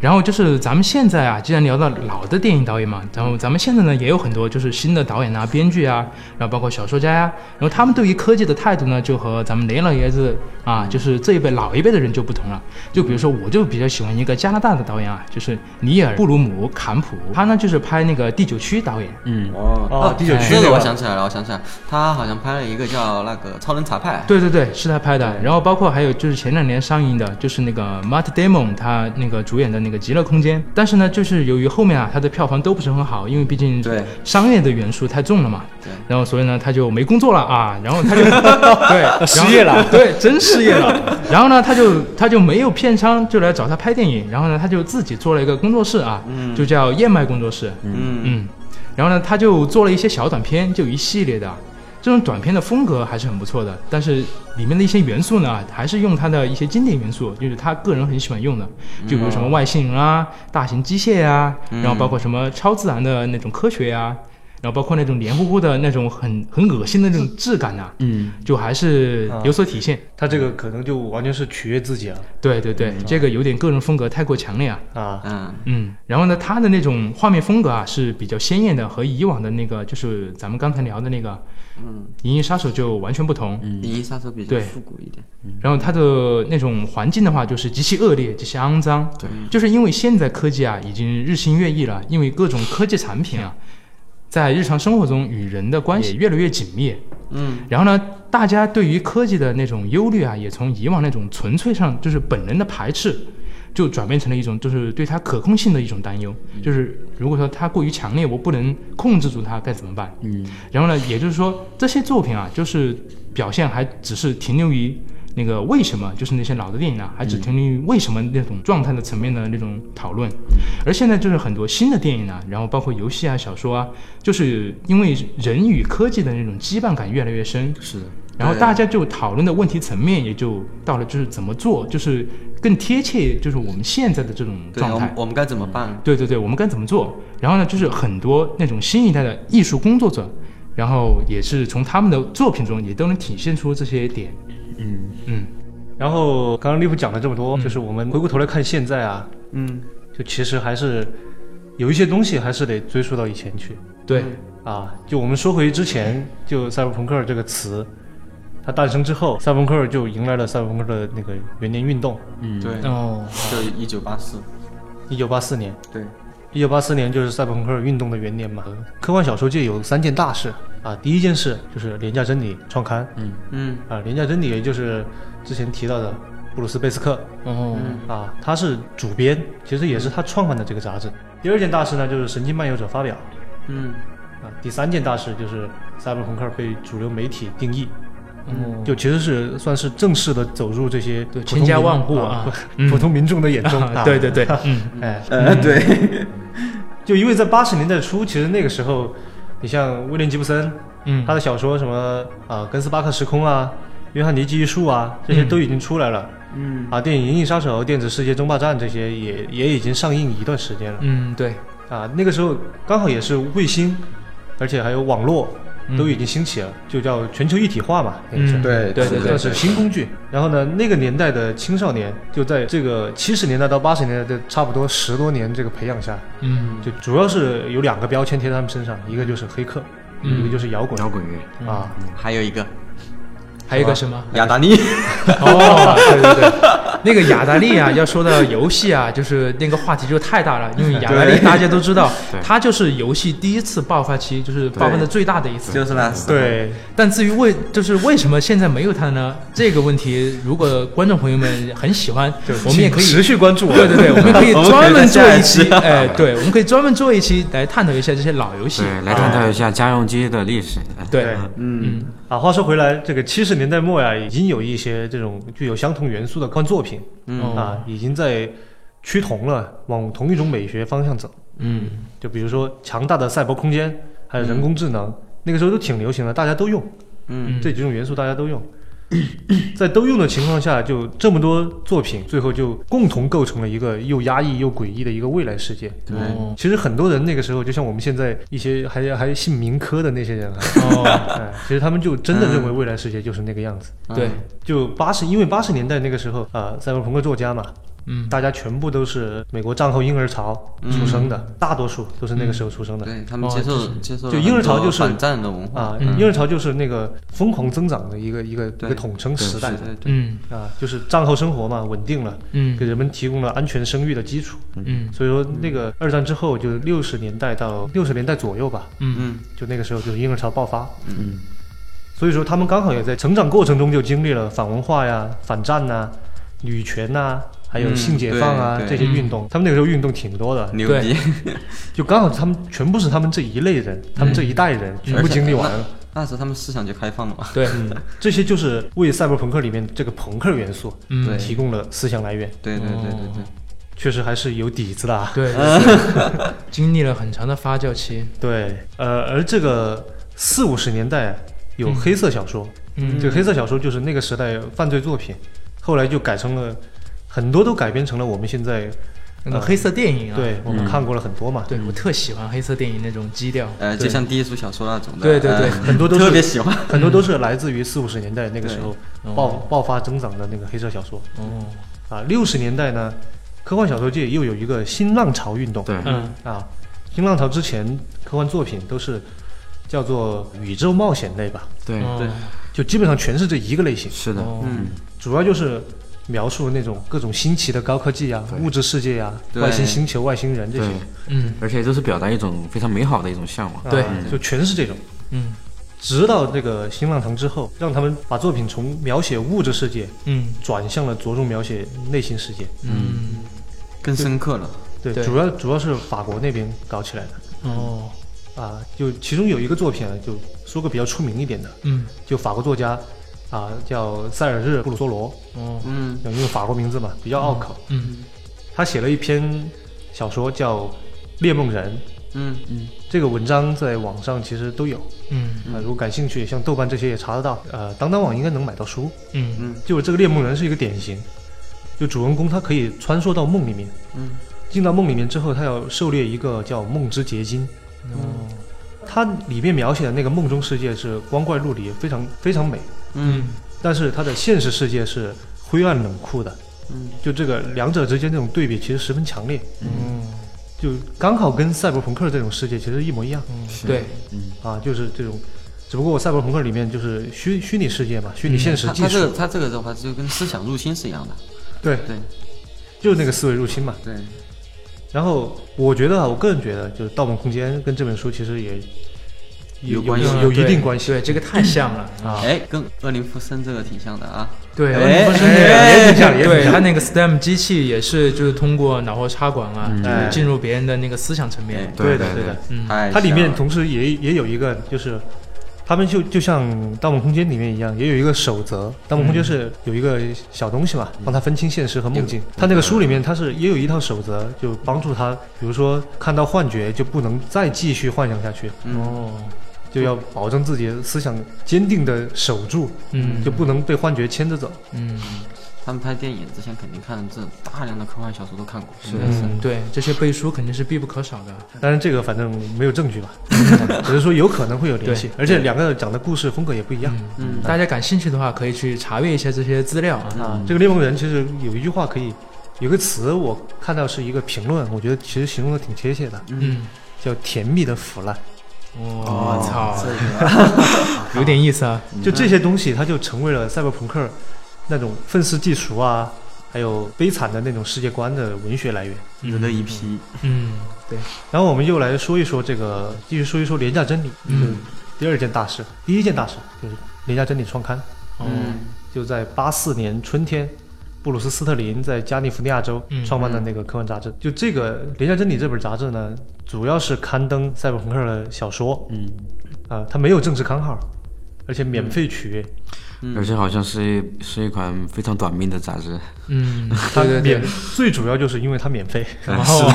S2: 然后就是咱们现在啊，既然聊到老的电影导演嘛，然后咱们现在呢也有很多就是新的导演啊、编剧啊，然后包括小说家呀、然后他们对于科技的态度呢，就和咱们雷老爷子啊，就是这一辈老一辈的人就不同了。就比如说，我就比较喜欢一个加拿大的导演啊，就是尼尔布鲁姆坎普，他呢就是拍那个《第九区》导演。
S1: 嗯，
S3: 哦
S4: 哦第九区
S3: 这
S4: 那
S3: 个我
S4: 个
S3: 想起来了，我想起来，他好像拍了一个叫那个《超人查派》。
S2: 对对对，是他拍的。然后包括还有就是前两年上映的，就是那个 Matt Damon 他那个主演的那个《极乐空间》，但是呢，就是由于后面啊他的票房都不是很好，因为毕竟
S3: 对
S2: 商业的元素太重了嘛。
S3: 对
S2: 然后所以呢他就没工作了啊，然后 他就对失业了，对真失业了。然后呢他就他就没有片商就来找他拍电影，然后呢他就自己做了一个工作室啊，就叫燕麦工作室。
S3: 嗯，
S2: 嗯，然后呢，他就做了一些小短片，就一系列的啊，这种短片的风格还是很不错的，但是里面的一些元素呢，还是用他的一些经典元素，就是他个人很喜欢用的，就比如什么外星人啊、大型机械啊，然后包括什么超自然的那种科学呀、然后包括那种黏糊糊的那种很很恶心的那种质感啊，
S1: 嗯，
S2: 就还是有所体现。
S4: 他这个可能就完全是取悦自己啊
S2: 对对对，这个有点个人风格太过强烈啊。
S4: 啊，
S3: 嗯，
S2: 嗯，然后呢，它的那种画面风格啊是比较鲜艳的，和以往的那个就是咱们刚才聊的那个，嗯，《银翼杀手》就完全不同。
S3: 第一杀手比较
S2: 对
S3: 复古一点，
S2: 然后它的那种环境的话，就是极其恶劣、极其肮脏。
S1: 对，
S2: 就是因为现在科技啊已经日新月异了，因为各种科技产品啊，在日常生活中与人的关系越来越紧密。
S3: 嗯，
S2: 然后呢，大家对于科技的那种忧虑啊，也从以往那种纯粹上就是本能的排斥，就转变成了一种就是对它可控性的一种担忧，就是如果说它过于强烈，我不能控制住它该怎么办？
S1: 嗯，
S2: 然后呢，也就是说这些作品啊，就是表现还只是停留于那个为什么，就是那些老的电影啊，还只停留于为什么那种状态的层面的那种讨论。而现在就是很多新的电影啊，然后包括游戏啊、小说啊，就是因为人与科技的那种羁绊感越来越深，
S1: 是的，
S2: 然后
S3: 对
S2: 大家就讨论的问题层面也就到了，就是怎么做，就是更贴切，就是我们现在的这种
S3: 对，
S2: 状
S3: 我
S2: 态
S3: 们。我们该怎么办？
S2: 对对对，我们该怎么做？然后呢，就是很多那种新一代的艺术工作者，然后也是从他们的作品中也都能体现出这些点。
S1: 嗯
S2: 嗯，
S4: 然后刚刚利普讲了这么多，就是我们回过头来看现在啊，
S3: 嗯，
S4: 就其实还是有一些东西还是得追溯到以前去
S2: 对，
S4: 啊。就我们说回之前，就赛博朋克这个词，它诞生之后，赛博朋克就迎来了赛博朋克的那个元年运动，
S1: 嗯，
S3: 对，
S2: 哦，
S3: 就一九八四，
S4: 一九八四年。
S3: 对，
S4: 一九八四年就是赛博朋克运动的元年嘛。科幻小说界有三件大事啊，第一件事就是廉价真理创刊
S3: 嗯
S4: 啊，廉价真理也就是之前提到的布鲁斯贝斯克
S2: 哦，
S3: 嗯
S4: 啊，他是主编，其实也是他创办的这个杂志。第二件大事呢，就是《神经漫游者》发表
S3: 嗯，
S4: 啊。第三件大事就是赛博朋克被主流媒体定义，
S2: 嗯
S4: 就其实是算是正式的走入这些
S2: 对
S4: 普
S2: 千
S4: 通
S2: 家
S4: 民
S2: 万户啊
S4: 啊，
S2: 嗯
S4: 普通民众的眼中。啊
S2: 对对，对，嗯，
S4: 哎，
S3: 呃，对，
S4: 就因为在八十年代初，其实那个时候，你像威廉吉布森，
S2: 嗯
S4: 他的小说什么啊，《根斯巴克时空》啊，《约翰尼基艺术》啊，这些
S2: 嗯
S4: 都已经出来了。
S3: 嗯
S4: 啊，电影《银翼杀手》《电子世界争霸战》这些也也已经上映一段时间了。
S2: 嗯，对，
S4: 啊，那个时候刚好也是卫星，而且还有网络
S2: 嗯
S4: 都已经兴起了，就叫全球一体化嘛。那个时候
S2: 嗯
S3: 对
S2: 对对
S3: 是的
S4: 算
S2: 对，
S4: 是新工具。然后呢，那个年代的青少年就在这个七十年代到八十年代的差不多十多年这个培养下，
S2: 嗯
S4: 就主要是有两个标签贴在他们身上，一个就是黑客，
S2: 嗯
S4: 一个就是摇滚
S1: 摇滚乐，
S4: 啊。
S3: 还有一个
S2: 还有一个什么？
S3: 亚达利，
S2: 哦，对对对，那个雅达利啊，要说到游戏啊，就是那个话题就太大了，因为雅达利大家都知道
S1: 对，
S2: 它就是游戏第一次爆发期，就是爆发的最大的一次。
S3: 就是那，
S4: 对，
S2: 但至于为就是为什么现在没有它呢？这个问题，如果观众朋友们很喜欢，我们也可以
S4: 请持续关注啊。
S2: 对对对，我 们可以
S3: 我们可以
S2: 专门做
S3: 在下一
S2: 一
S3: 期
S2: 期，哎，对，我们可以专门做一期来探讨一下这些老游戏。
S1: 对，来探讨一下家用机的历史。哎
S2: 对，
S3: 嗯，
S4: 啊，话说回来，这个七十年代末呀、已经有一些这种具有相同元素的科幻作品、
S2: 哦
S3: 嗯
S4: 啊，已经在趋同了，往同一种美学方向走。
S2: 嗯，
S4: 就比如说强大的赛博空间，还有人工智能，那个时候都挺流行的，大家都用。
S3: 嗯
S4: 这几种元素大家都用， 在都用的情况下，就这么多作品，最后就共同构成了一个又压抑又诡异的一个未来世界。
S3: 对
S2: 哦
S4: 其实很多人那个时候，就像我们现在一些还还信民科的那些 人啊，
S2: 哦，
S4: 哎，其实他们就真的认为未来世界就是那个样子。
S2: 对，
S4: 就八十，因为八十年代那个时候，呃，赛博朋克作家嘛，
S2: 嗯，
S4: 大家全部都是美国战后婴儿潮出生的，大多数都是那个时候出生的。
S3: 嗯对他们
S2: 哦
S3: 接受
S2: 就是
S3: 接受
S4: 就婴儿潮就是
S3: 反战的文化，
S4: 啊，
S2: 嗯
S4: 婴儿潮就是那个疯狂增长的一个一个一
S3: 对
S4: 个统称时代
S3: 对，对对，
S2: 嗯
S4: 啊，就是战后生活嘛，稳定了，
S2: 嗯
S4: 给人们提供了安全生育的基础。
S2: 嗯
S4: 所以说，那个二战之后，就六十年代到六十年代左右吧，
S2: 嗯
S3: 嗯
S4: 就那个时候就是婴儿潮爆发。
S1: 嗯，
S4: 所以说，他们刚好也在成长过程中就经历了反文化呀、反战呐、女权呐、还有
S3: 嗯
S4: 性解放啊、
S3: 对
S4: 这
S3: 对嗯
S4: 些运动。他们那个时候运动挺多的，
S3: 牛
S2: 嗯对
S3: 逼，
S4: 就刚好他们全部是他们这一类
S2: 嗯
S4: 人，他们这一代人全部经历完了。
S2: 呃
S3: 那时候他们思想就开放了嘛，
S2: 对，
S4: 嗯，这些就是为赛博朋克里面这个朋克元素
S2: 嗯
S3: 对
S4: 提供了思想来源，
S3: 对对对对对，
S2: 哦
S4: 确实还是有底子的啊。
S2: 对对，对经历了很长的发酵期。
S4: 对，呃，而这个四五十年代啊有黑色小说，
S2: 嗯
S4: 这个黑色小说就是那个时代犯罪作品，后来就改成了很多都改编成了我们现在
S2: 那种黑色电影啊，
S4: 对我们看过了很多嘛，
S2: 对我特喜欢黑色电影那种基调，
S3: 呃，就像低俗小说那种的，
S2: 对对
S3: 呃
S2: 对
S4: 很多都是
S3: 特别喜欢。
S4: 很多都是来自于四五十年代那个时候
S2: 对
S4: 爆
S2: 哦
S4: 爆发增长的那个黑色小说
S2: 哦，
S4: 啊。六十年代呢，科幻小说界又有一个新浪潮运动，
S1: 对，
S2: 嗯
S4: 啊，新浪潮之前科幻作品都是叫做宇宙冒险类吧，
S1: 对，
S2: 对，
S4: 就基本上全是这一个类型，
S1: 是的，
S2: 嗯哦
S3: 嗯，
S4: 主要就是描述那种各种新奇的高科技啊、
S1: 对
S4: 物质世界啊、
S3: 对
S4: 外星星球、外星人这些
S5: 对，，
S2: 嗯
S5: 而且都是表达一种非常美好的一种向往。
S2: 对
S4: 啊就全是这种。
S2: 嗯
S4: 直到这个新浪潮之后，让他们把作品从描写物质世界
S2: 嗯
S4: 转向了着重描写内心世界。
S2: 嗯，
S3: 更深刻了。
S4: 对，
S2: 对
S4: 主要主要是法国那边搞起来的
S2: 哦，
S4: 啊。就其中有一个作品啊，就说个比较出名一点的，
S2: 嗯
S4: 就法国作家啊，叫塞尔日·布鲁梭罗，
S2: 哦，
S3: 嗯
S4: 因为法国名字嘛，比较拗口。
S2: 嗯
S4: 他写了一篇小说叫《猎梦人》，
S3: 嗯嗯，
S4: 这个文章在网上其实都有
S2: 嗯
S4: 啊、如果感兴趣，像豆瓣这些也查得到，呃，当当网应该能买到书。
S2: 嗯
S4: 就是这个猎梦人是一个典型，就主人公他可以穿梭到梦里面，
S3: 嗯，
S4: 进到梦里面之后，他要狩猎一个叫梦之结晶。
S3: 嗯
S2: 哦
S4: 它里面描写的那个梦中世界是光怪陆离，非常非常美，
S2: 嗯
S4: 但是它的现实世界是灰暗冷酷的。
S3: 嗯，
S4: 就这个两者之间这种对比其实十分强烈，
S2: 嗯
S4: 就刚好跟赛博朋克这种世界其实一模一样
S2: 嗯，对，
S4: 啊，就是这种，只不过赛博朋克里面就是虚虚拟世界嘛，虚拟
S2: 嗯
S4: 现实
S3: 他
S4: 技
S3: 他这
S4: 术，
S3: 个他这个的话就跟思想入侵是一样的。
S4: 对，
S3: 对
S4: 就是那个思维入侵嘛。
S3: 对，
S4: 然后我觉得啊，我个人觉得，就是《盗梦空间》跟这本书其实也
S3: 有关系
S4: 有有一定关系嗯
S2: 嗯对，这个太像了啊，
S3: 哎，跟恶灵附身这个挺像的啊。
S2: 对，
S3: 哎
S2: 不是那个
S3: 哎
S4: 也挺像也挺
S2: 对
S4: 像
S2: 他那个 STEM 机器也是，就是通过脑后插管啊，就是
S4: 哎
S2: 进入别人的那个思想层面。
S1: 对
S4: 的，
S1: 对
S4: 的。
S2: 嗯，
S3: 太
S4: 它里
S3: 像
S4: 面
S3: 了
S4: 同时也也有一个，就是他们就就像《盗梦空间》里面一样，也有一个守则。《盗梦空间》是有一个小东西嘛，帮他分清现实和梦境。他那个书里面，他是也有一套守则，就帮助他，比如说看到幻觉就不能再继续幻想下去，
S2: 哦，
S4: 就要保证自己的思想坚定的守住，
S2: 嗯，
S4: 就不能被幻觉牵着走。
S2: 嗯
S3: 他们拍电影之前肯定看这种大量的科幻小说都看过，是
S2: 嗯，对，这些背书肯定是必不可少的。
S4: 当然，这个反正没有证据吧，只是说有可能会有联系，而且两个讲的故事风格也不一样。
S2: 嗯，大家感兴趣的话，可以去查阅一下这些资料啊。
S4: 啊，
S3: 嗯
S4: 这个猎梦人其实有一句话可以，有个词我看到是一个评论，我觉得其实形容的挺贴切的，
S2: 嗯，哦
S4: 叫“甜蜜的腐烂
S2: 我操，
S3: 这个
S2: 有点意思啊。”。
S4: 就这些东西，它就成为了赛博朋克那种愤世嫉俗啊，还有悲惨的那种世界观的文学来源。
S3: 有了一批，
S2: 嗯，对，
S4: 然后我们又来说一说这个，继续说一说廉价真理，就是
S2: 嗯
S4: 第二件大事。第一件大事就是廉价真理创刊。
S2: 哦，
S4: 就在八四年春天，布鲁斯·斯特林在加利福尼亚州
S2: 嗯
S4: 创办的那个科幻杂志。就这个《廉价真理》这本杂志呢，主要是刊登赛博朋克的小说。嗯，啊、它没有正式刊号，而且免费取阅，
S3: 嗯
S5: 而且好像是一是一款非常短命的杂志，
S2: 嗯，
S4: 它
S2: 对对
S4: 免
S2: 对，哦
S4: 最主要就是因为它免费。
S2: 然后，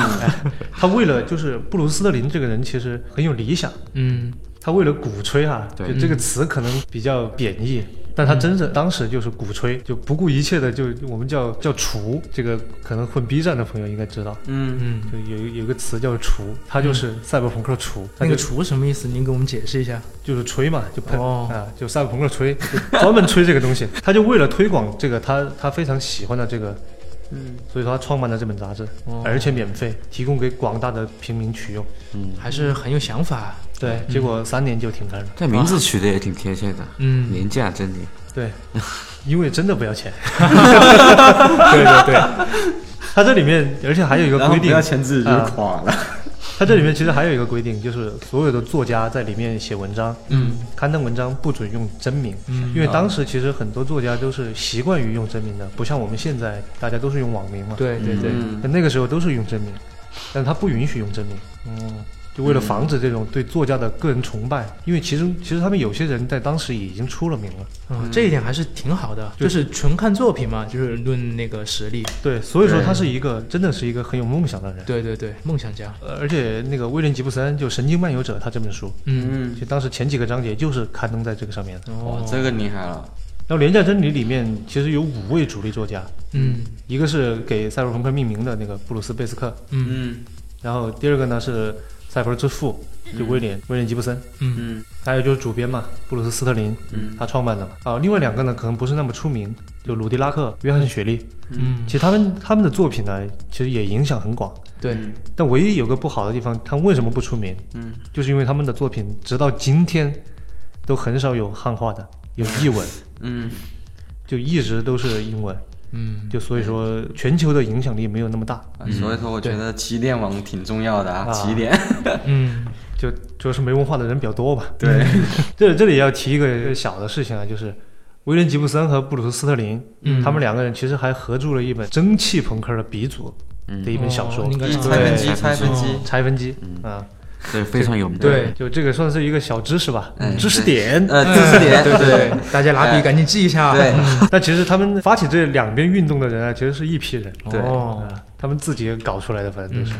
S4: 他为了就是布鲁斯·斯特林这个人其实很有理想，
S2: 嗯
S4: 他为了鼓吹哈、
S5: 对
S4: 就这个词可能比较贬义，但他真是
S2: 嗯
S4: 当时就是鼓吹，就不顾一切的就我们叫叫除，这个可能混 B 站的朋友应该知道，
S3: 嗯，
S2: 嗯，
S4: 就有有一个词叫除，它就是赛博朋克除，它
S2: 那
S4: 就
S2: 个“厨”什么意思？您给我们解释一下。
S4: 就是吹嘛，就喷、
S2: 哦
S4: 啊，就赛博朋克吹，就专门吹这个东西。他就为了推广这个他他非常喜欢的这个，
S3: 嗯，
S4: 所以说他创办了这本杂志，
S2: 哦
S4: 而且免费提供给广大的平民取用。
S2: 还是很有想法。啊
S4: 对，结果三年就停刊了。
S5: 这名字取的也挺贴切的，
S2: 嗯
S5: 廉价真理。
S4: 对，因为真的不要钱。对对对，它这里面而且还有一个
S3: 然后
S4: 规
S3: 不
S4: 定
S3: 要，钱自己就
S4: 啊
S3: 垮了。
S4: 它这里面其实还有一个规定，就是所有的作家在里面写文章，嗯，刊登文章不准用真名，
S2: 嗯
S4: 因为
S2: 啊
S4: 当时其实很多作家都是习惯于用真名的，不像我们现在大家都是用网名嘛，，
S2: 对对对，
S3: 嗯，
S4: 那个时候都是用真名，但他不允许用真名，嗯
S2: 哦，
S4: 就为了防止这种对作家的个人崇拜，因为其实其实他们有些人在当时已经出了名了，
S2: 嗯，这一点还是挺好的，就是纯看作品嘛，就是论那个实力。
S4: 对，所以说他是一个真的是一个很有梦想的人。
S2: 对对对，梦想家。
S4: 呃而且那个威廉吉布森就《神经漫游者》他这本书，
S2: 嗯，
S3: 嗯，
S4: 就当时前几个章节就是刊登在这个上面的。
S3: 哇
S2: 哦，，
S3: 这个厉害了。
S4: 后《廉价真理》里面其实有五位主力作家，
S2: 嗯
S4: 一个是给赛博朋克命名的那个布鲁斯·贝斯克，
S2: 嗯
S3: 嗯
S4: 然后第二个呢是赛博之父，就威廉、威廉吉布森，
S2: 嗯
S3: 嗯
S4: 还有就是主编嘛，布鲁斯·斯特林，
S3: 嗯
S4: 他创办的嘛。啊，另外两个呢可能不是那么出名，就鲁迪拉克、约翰逊·雪莉，
S2: 嗯，
S4: 其实他们他们的作品呢其实也影响很广。
S2: 对，
S4: 但唯一有个不好的地方，他们为什么不出名？
S3: 嗯，
S4: 就是因为他们的作品直到今天都很少有汉化的，有译文，
S3: 嗯
S4: 就一直都是英文，
S2: 嗯
S4: 就所以说全球的影响力没有那么大，
S3: 嗯，所以说我觉得起点网挺重要的啊，
S4: 啊
S3: 起点，
S2: 嗯
S4: 就主要是没文化的人比较 多吧。
S3: 对，
S4: 这这里要提一个小的事情啊，就是威廉吉布森和布鲁斯斯特林，
S2: 嗯
S4: 他们两个人其实还合著了一本蒸汽朋克的鼻祖
S5: 嗯
S4: 的一本小说
S2: 哦应
S4: 《
S2: 该
S3: 一
S2: 是
S3: 拆分机，
S5: 对
S3: 拆分机，
S4: 拆分机》
S2: 嗯
S4: 啊，
S5: 对，非常有名。
S2: 对
S4: 就这个算是一个小知识吧
S2: 哎
S3: 嗯，
S4: 知识点。
S3: 呃，知识点，
S2: 对啊对，大家拿
S3: 哎
S2: 笔赶紧记一下。
S3: 对
S4: 但其实他们发起这两边运动的人啊，其实是一批人，
S3: 对
S2: 哦，嗯
S4: 啊，他们自己搞出来的，反正都是。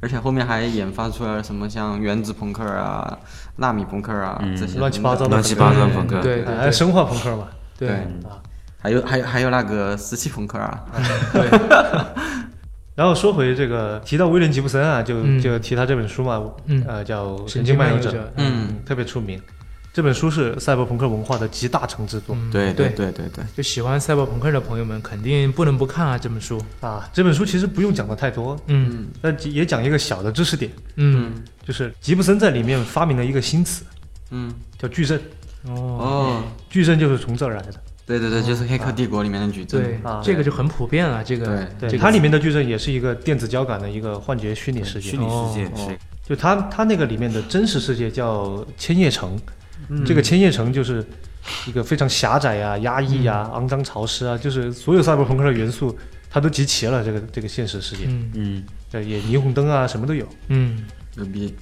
S3: 而且后面还研发出了什么像原子朋克啊、纳米朋克啊这些
S4: 乱七八糟
S5: 嗯
S4: 的
S5: 乱七八糟的朋
S2: 对
S5: 克，
S2: 对
S4: 啊还有
S2: 对
S4: 生化朋克嘛，
S3: 对
S2: 对
S3: 嗯还有还有还有那个石器朋克啊，
S2: 对，
S4: 然后说回这个，提到威廉吉布森啊，就、
S2: 嗯
S4: 就提他这本书嘛，
S2: 嗯
S4: 呃，叫《
S2: 神
S4: 神
S2: 经
S4: 经
S2: 漫
S4: 漫
S2: 游
S4: 游
S2: 者
S4: 者》，
S3: 嗯，
S4: 特别出名。这本书是赛博朋克文化的集大成之作、
S2: 嗯
S5: 对
S2: 对
S5: 对对对，
S2: 就喜欢赛博朋克的朋友们肯定不能不看啊这本书。
S4: 啊。这本书其实不用讲的太多，
S2: 嗯
S4: 但也讲一个小的知识点，
S2: 嗯
S4: 就是吉布森在里面发明了一个新词，
S3: 嗯，
S4: 叫矩阵。
S2: 哦，
S3: 哦，
S4: 矩阵就是从这儿来的。
S3: 对对对，就是《黑客帝国》里面的矩阵，
S2: 对
S4: 啊，
S2: 这个就很普遍了。这个
S3: 对
S4: 对，
S2: 这个
S4: 它里面的矩阵也是一个电子交感的一个幻觉虚拟世界
S5: 虚。拟世
S2: 哦
S5: 界是
S4: 就它它那个里面的真实世界叫千叶城，这个千叶城就是一个非常狭窄呀、压抑呀、肮脏潮湿啊，就是所有赛博朋克的元素它都集齐了。这个这个现实世界，
S2: 嗯
S5: 嗯，
S4: 呃，也霓虹灯啊，什么都有。
S2: 嗯
S3: 牛逼，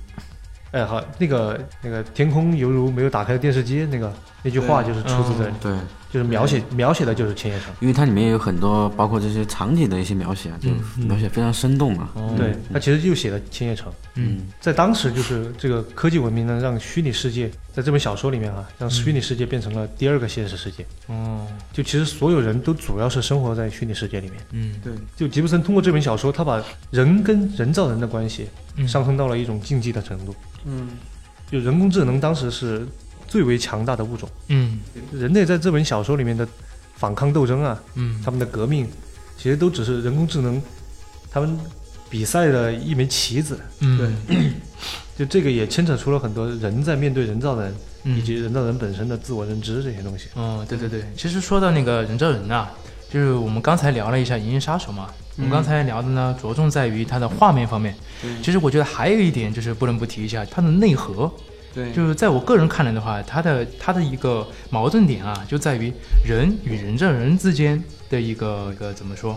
S4: 哎，好，那个那个天空犹如没有打开的电视机，那个那句话
S3: 对
S4: 就是出自这里，
S1: 嗯
S5: 对，
S4: 就是描写描写的就是千叶城。
S5: 因为它里面有很多包括这些场景的一些描写啊，就
S2: 嗯
S5: 描写非常生动啊。
S4: 对，它其实就写的千叶城。
S2: 哦嗯
S4: 在当时，就是这个科技文明呢，让虚拟世界在这本小说里面啊，让虚拟世界变成了第二个现实世界。
S2: 哦
S4: 就其实所有人都主要是生活在虚拟世界里面。
S2: 嗯
S3: 对，
S4: 就吉布森通过这本小说，他把人跟人造人的关系
S2: 嗯
S4: 上升到了一种竞技的程度。
S3: 嗯
S4: 就人工智能当时是最为强大的物种，
S2: 嗯
S4: 人类在这本小说里面的反抗斗争啊，
S2: 嗯
S4: 他们的革命，其实都只是人工智能他们比赛的一枚棋子。
S2: 嗯
S4: 就这个也牵扯出了很多人在面对人造人、
S2: 嗯
S4: 以及人造人本身的自我认知这些东西。
S2: 哦，对对对，其实说到那个人造人啊，就是我们刚才聊了一下《银翼杀手》嘛，我们刚才聊的呢，着重在于它的画面方面。其实我觉得还有一点就是不能不提一下它的内核，
S3: 对，
S2: 就是在我个人看来的话，它的它的一个矛盾点啊，就在于人与人造人之间的一个一个怎么说，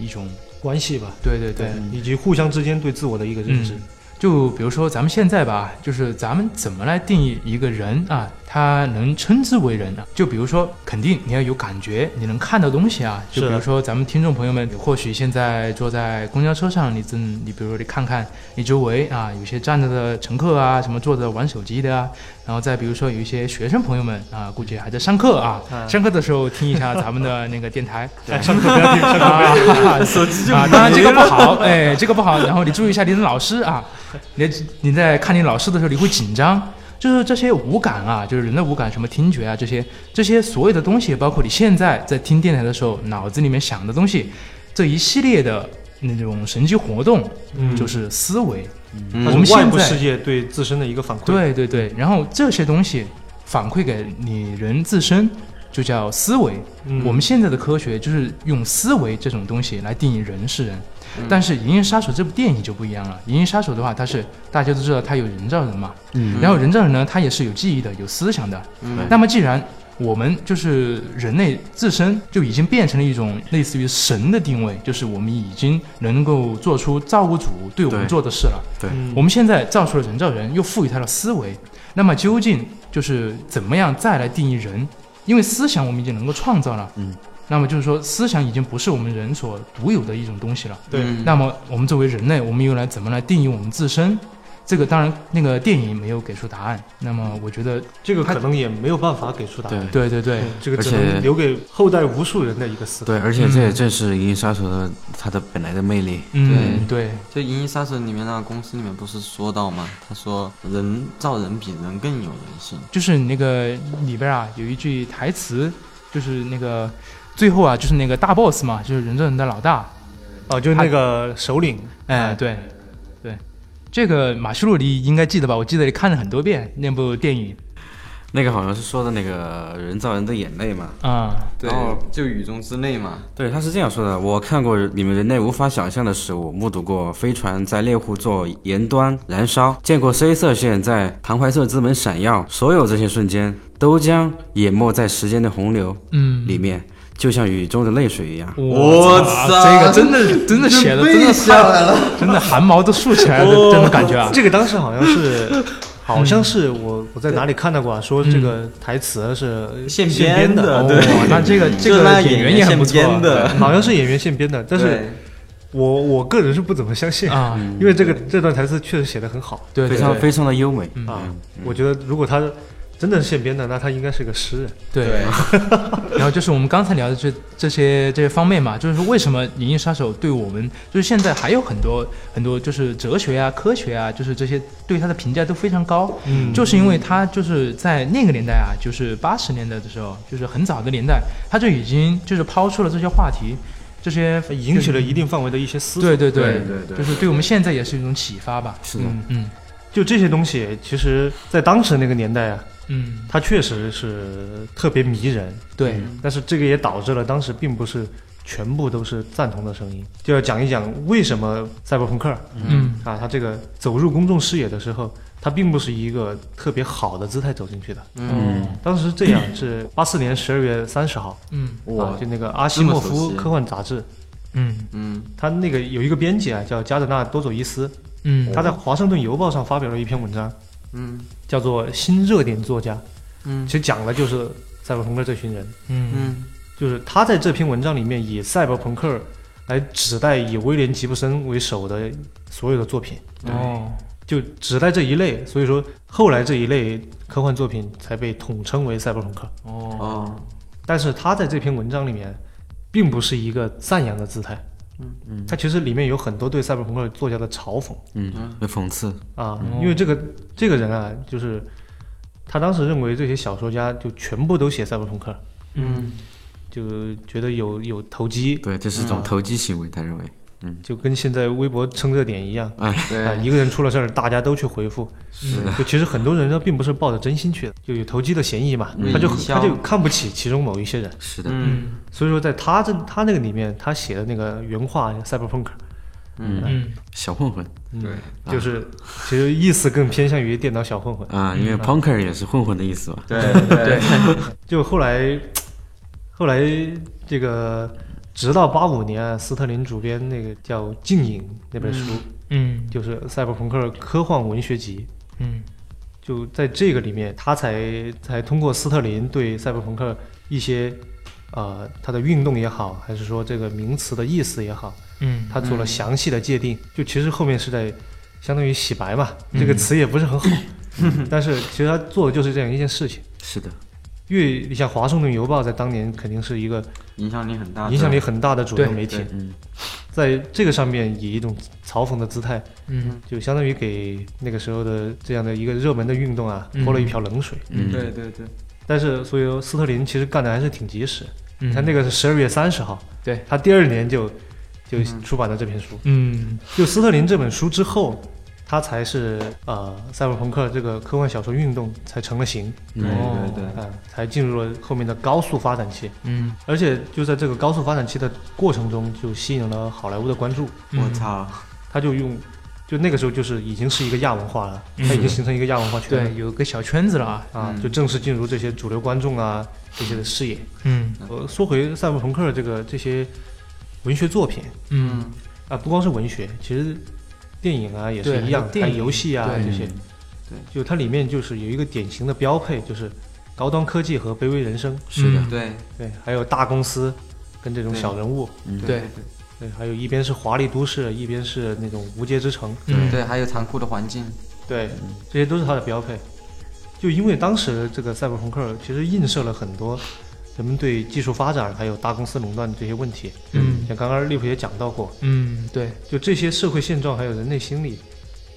S2: 一种
S4: 关系吧，
S2: 对对对，
S4: 以及互相之间对自我的一个认知。
S2: 就比如说咱们现在吧，就是咱们怎么来定义一个人啊，他能称之为人呢、啊就比如说，肯定你要有感觉，你能看到东西啊。
S4: 是
S2: 就
S4: 的
S2: 比如说咱们听众朋友们，或许现在坐在公交车上，你正你比如说你看看你周围啊，有些站着的乘客啊，什么坐着玩手机的啊，然后再比如说有一些学生朋友们啊，估计还在上课啊，上课的时候听一下咱们的那个电台，
S4: 哎
S2: 上课不要听，上课不要听，手机就啊，当然这个不好，哎，这个不好，然后你注意一下你的老师啊，你你在看你老师的时候，你会紧张。就是这些五感啊，就是人的五感，什么听觉啊，这些这些所有的东西，包括你现在在听电台的时候，脑子里面想的东西，这一系列的那种神经活动，就是思维。
S3: 嗯
S4: 它
S2: 我们
S4: 是外
S2: 现
S4: 部
S2: 在
S4: 世界对自身的一个反馈。，
S2: 对对对，然后这些东西反馈给你人自身，就叫思维。
S4: 嗯
S2: 我们现在的科学就是用思维这种东西来定义人是人，但是《银翼杀手》这部电影就不一样了。《银翼杀手》的话，它是大家都知道它有人造人嘛，
S5: 嗯
S2: 然后人造人呢，它也是有记忆的、有思想的。
S3: 嗯
S2: 那么既然我们就是人类自身就已经变成了一种类似于神的定位，就是我们已经能够做出造物主对我们
S5: 对
S2: 做的事了。
S5: 对
S4: 嗯
S2: 我们现在造出了人造人，又赋予他了思维，那么究竟就是怎么样再来定义人？因为思想我们已经能够创造了，
S5: 嗯，
S2: 那么就是说思想已经不是我们人所独有的一种东西了。
S4: 对
S3: 嗯
S2: 那么我们作为人类，我们又来怎么来定义我们自身？这个当然那个电影没有给出答案。那么我觉得，
S4: 这个可能也没有办法给出答案。
S2: 对对对，
S4: 嗯这个只
S5: 而且
S4: 能留给后代无数人的一个思考。
S5: 对，而且这也
S2: 嗯
S5: 正是《银翼杀手》的它的本来的魅力。
S2: 嗯对，
S3: 就《银翼杀手》里面那个公司里面不是说到吗？他说人造人比人更有人性。
S2: 就是那个里边啊有一句台词，就是那个最后啊就是那个大 boss 嘛，就是人造人的老大，
S4: 哦，就那个首领，
S2: 哎，对，对，这个马修路你应该记得吧？我记得你看了很多遍那部电影
S1: 那个好像是说的那个人造人的眼泪嘛。
S2: 啊、
S3: 对
S1: 然后，
S3: 就雨中之泪嘛。
S1: 对，他是这样说的：我看过你们人类无法想象的事物，目睹过飞船在猎户座沿端燃烧，见过黑色线在唐怀瑟之门闪耀，所有这些瞬间都将淹没在时间的洪流
S2: 嗯，
S1: 里面，就像雨中的泪水一样。
S2: 我
S3: 操
S2: 这个真的真的写的真的
S3: 背下来
S2: 了，真的汗毛都竖起来了，这种感觉啊，嗯
S4: 这个当时好像 是，好像是我我在哪里看到过啊，说这个台词是
S3: 现
S4: 编
S3: 编的
S4: 的，
S2: 哦
S3: 对嗯
S2: 那这个这
S3: 就那
S2: 个
S3: 演
S2: 演
S3: 员
S2: 员也很不错啊
S3: 现编的
S4: 好像是演员现编的，但是
S3: 对
S4: 我我个人是不怎么相信，
S2: 啊，
S4: 因为这个这段台词确实写的很好
S2: 对
S1: 非
S2: 对
S1: 常
S2: 对
S1: 非常的优美。
S4: 啊，
S3: 嗯
S4: 我觉得如果他真的是现编的，那他应该是个诗人。
S2: 对，然后就是我们刚才聊的这这些这些方面嘛，就是说为什么《银翼杀手》对我们就是现在还有很多很多就是哲学啊、科学啊，就是这些对它的评价都非常高，
S4: 嗯
S2: 就是因为它就是在那个年代啊，就是八十年代的时候，就是很早的年代，它就已经就是抛出了这些话题，这些
S4: 引起了一定范围的一些思索。
S2: 对对
S1: 对
S2: 对
S1: 对对
S2: 就是对我们现在也是一种启发吧，
S1: 是的，
S4: 嗯，
S2: 嗯
S4: 就这些东西，其实在当时那个年代啊，
S2: 嗯，
S4: 它确实是特别迷人，
S2: 对，
S4: 但是这个也导致了当时并不是全部都是赞同的声音。就要讲一讲为什么赛博朋克
S2: 嗯
S4: 啊，它这个走入公众视野的时候，它并不是一个特别好的姿态走进去的。
S3: 嗯，
S4: 当时这样是八四年十二月三十号，
S2: 嗯
S4: 啊
S3: 我，
S4: 就那个阿西莫夫科幻杂志，
S2: 嗯
S3: 嗯
S4: 他那个有一个编辑啊，叫加德纳多佐伊斯，
S2: 嗯，
S4: 他在《华盛顿邮报》上发表了一篇文章，
S3: 嗯
S4: 叫做《新热点作家》，
S3: 嗯
S4: 其实讲的就是赛博朋克这群人，
S2: 嗯
S3: 嗯
S4: 就是他在这篇文章里面以赛博朋克来指代以威廉吉布森为首的所有的作品，
S2: 哦，
S4: 就指代这一类，所以说后来这一类科幻作品才被统称为赛博朋克。
S2: 哦，
S3: 哦，
S4: 但是他在这篇文章里面，并不是一个赞扬的姿态，
S3: 嗯
S4: 嗯，他其实里面有很多对赛博朋克作家的嘲讽
S5: 嗯，有讽刺。
S4: 啊，
S3: 哦
S2: 嗯
S4: 因为这个这个人啊，就是他当时认为这些小说家就全部都写赛博朋克，
S3: 嗯
S4: 就觉得有有投机，
S5: 对，这是一种投机行为，他认为。
S4: 就跟现在微博蹭热点一样。啊，
S3: 对，
S4: 一个人出了事儿，大家都去回复。嗯
S2: 是
S4: 就其实很多人呢，并不是抱着真心去的，就有投机的嫌疑嘛，
S3: 嗯
S4: 他就
S3: 营销
S4: 他就看不起其中某一些人。
S5: 是的，
S3: 嗯
S2: 嗯
S4: 所以说，在他这他那个里面，他写的那个原话《赛博朋克》，
S3: 嗯
S2: 嗯
S5: 小混混
S3: 对，
S4: 就是其实意思更偏向于电脑小混混。
S5: 啊，因为 punker 也是混混的意思嘛。
S3: 对对
S4: 就后来，后来这个直到八五年啊，斯特林主编那个叫《静影》那本书，
S2: 嗯
S4: 就是《赛博朋克科幻文学集》，
S2: 嗯
S4: 就在这个里面，他才才通过斯特林对赛博朋克一些，呃，它的运动也好，还是说这个名词的意思也好，
S2: 嗯
S4: 他做了详细的界定。就其实后面是在相当于洗白嘛，
S3: 嗯
S4: 这个词也不是很好，但是其实他做的就是这样一件事情。
S5: 是的，
S4: 因为你像《华盛顿邮报》在当年肯定是一个
S3: 影响力很大，
S4: 影响力很大的主流媒体
S3: 啊对，
S5: 嗯，
S4: 在这个上面以一种嘲讽的姿态，
S2: 嗯
S4: 就相当于给那个时候的这样的一个热门的运动啊
S2: 嗯
S4: 泼了一瓢冷水。
S5: 嗯
S3: 对，对对对，
S4: 但是，所以说斯特林其实干的还是挺及时。
S2: 嗯，
S4: 他那个是十二月三十号，
S2: 对，
S4: 他第二年就就出版了这篇书。
S2: 嗯
S4: 就斯特林这本书之后，他才是呃赛博朋克这个科幻小说运动才成了型，
S5: 嗯
S3: 对对对
S4: 啊、，才进入了后面的高速发展期。
S2: 嗯，
S4: 而且就在这个高速发展期的过程中，就吸引了好莱坞的关注。
S3: 我操，
S4: 他就用，就那个时候就是已经是一个亚文化了，他已经形成一个亚文化圈了
S2: 对，有个小圈子了啊，
S4: 啊，
S3: 嗯
S4: 就正式进入这些主流观众啊这些的视野。
S2: 嗯
S4: 呃，说回赛博朋克这个这些文学作品
S2: 嗯
S4: 啊，不光是文学，其实电影啊也是
S2: 对
S4: 一样
S2: 还，有
S4: 还
S2: 电
S4: 有
S2: 影
S4: 游戏啊
S5: 嗯
S2: 对
S4: 这些，
S3: 对，
S4: 就它里面就是有一个典型的标配，就是高端科技和卑微人生，
S5: 是的，
S3: 对
S4: 对，还有大公司跟这种
S3: 对
S4: 小人物，
S3: 对
S4: 对，还有一边是华丽都市，一边是那种无界之城，
S3: 对
S2: 嗯
S3: 对，还有残酷的环境，
S4: 对，这些都是他的标配。就因为当时这个赛博朋克其实映射了很多人们对技术发展还有大公司垄断的这些问题，
S2: 嗯
S4: 像刚刚利普也讲到过，
S2: 嗯，对，
S4: 就这些社会现状还有人类心理，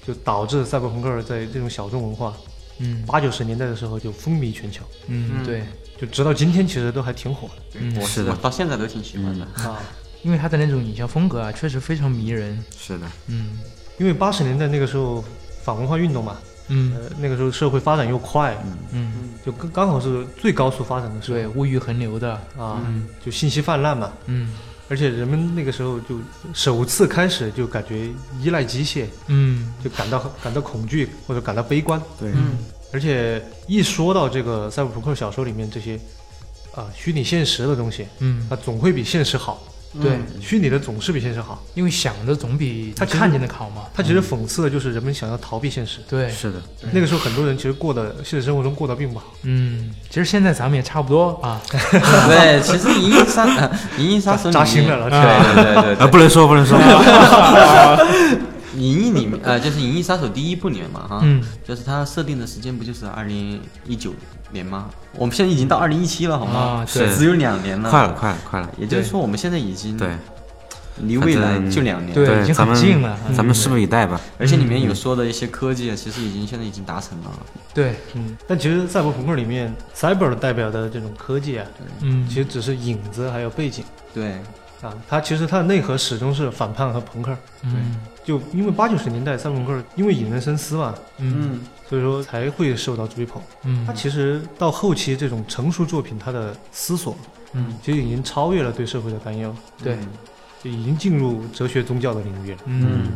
S4: 就导致赛博朋克在这种小众文化
S2: 嗯
S4: 八九十年代的时候就风靡全球，
S2: 嗯对，
S4: 就直到今天其实都还挺火的
S2: 嗯
S3: 我
S5: 是的
S3: 我到现在都挺喜欢的。
S4: 啊。
S2: 因为他的那种影像风格啊，确实非常迷人。
S5: 是的，
S2: 嗯
S4: 因为八十年代那个时候反文化运动嘛，
S2: 嗯
S4: 呃，那个时候社会发展又快，
S2: 嗯，
S4: 就刚刚好是最高速发展的时
S2: 对，物欲横流的，
S4: 候啊，就信息泛滥嘛，
S2: 嗯
S4: 而且人们那个时候就首次开始就感觉依赖机械，
S2: 嗯
S4: 就感到感到恐惧或者感到悲观，
S5: 对，
S2: 嗯
S4: 而且一说到这个赛博朋克小说里面这些啊、虚拟现实的东西，
S2: 嗯，
S4: 它总会比现实好，
S2: 对，
S4: 虚拟的总是比现实好。
S2: 因为想的总比
S4: 他其实
S2: 看见的好嘛。
S4: 它其实讽刺的就是人们想要逃避现实，
S2: 嗯对，
S5: 是的，
S4: 那个时候很多人其实过的现实生活中过得并不好。
S2: 嗯，其实现在咱们也差不多啊。
S3: 对，其实《银翼杀》呃《银翼杀手》
S4: 扎
S3: 里
S4: 心
S3: 面
S4: 了老师
S3: 对对对对
S5: 啊，不能说，不能说，
S3: 《银翼》里面呃，就是《银翼杀手》第一部里面嘛哈，
S2: 嗯，
S3: 就是它设定的时间不就是二零一九年吗？我们现在已经到二零一七了，好吗？
S2: 啊
S5: 对
S3: 只有两年了，
S5: 快了，快了，快了，
S3: 也就是说，我们现在已经
S5: 对
S3: 离未来
S5: 反正
S3: 就两年，嗯
S2: 对已经很
S5: 咱们
S2: 近了嗯
S5: 咱们拭目以待吧。
S3: 而且里面有说的一些科技，啊，其实已经现在已经达成了。
S2: 对，
S4: 嗯，但其实赛博朋克里面，cyber 代表的这种科技啊，
S2: 嗯
S4: 其实只是影子还有背景
S3: 对，
S4: 啊，它其实它的内核始终是反叛和朋克。
S2: 嗯
S4: 就因为八九十年代赛博朋克因为引人深思嘛，
S2: 嗯
S3: 嗯，
S4: 所以说才会受到追捧。它
S2: 嗯
S4: 其实到后期这种成熟作品，它的思索
S2: 嗯，
S4: 其实已经超越了对社会的担忧，
S2: 对，
S4: 就已经进入哲学宗教的领域了。
S2: 嗯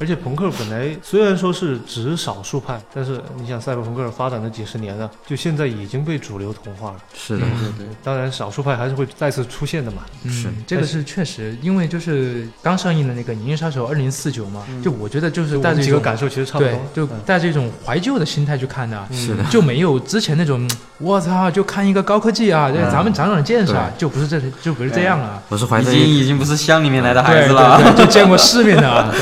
S4: 而且朋克本来虽然说是只少数派，但是你想赛博朋克发展了几十年了，就现在已经被主流同化了。
S5: 是的，
S3: 对对，
S4: 当然，少数派还是会再次出现的嘛。
S5: 是
S2: 嗯，这个是确实，因为就是刚上映的那个《银翼杀手二零四九》嘛，就我觉得就是
S4: 就我
S2: 带
S4: 们
S2: 着一
S4: 几个
S2: 种
S4: 感受其实差不
S2: 对
S4: 多，，
S2: 就
S4: 嗯
S2: 带着一种怀旧的心态去看的，
S5: 是的，
S2: 就没有之前那种我操，就看一个高科技啊，对，咱们长长见识啊，就不是这，就不是这样了。
S5: 我是怀
S3: 已
S5: 着
S3: 经
S5: 一
S3: 已经不是乡里面来的孩
S2: 对
S3: 子
S2: 对
S3: 了。嗯
S2: 对，就见过世面 的啊。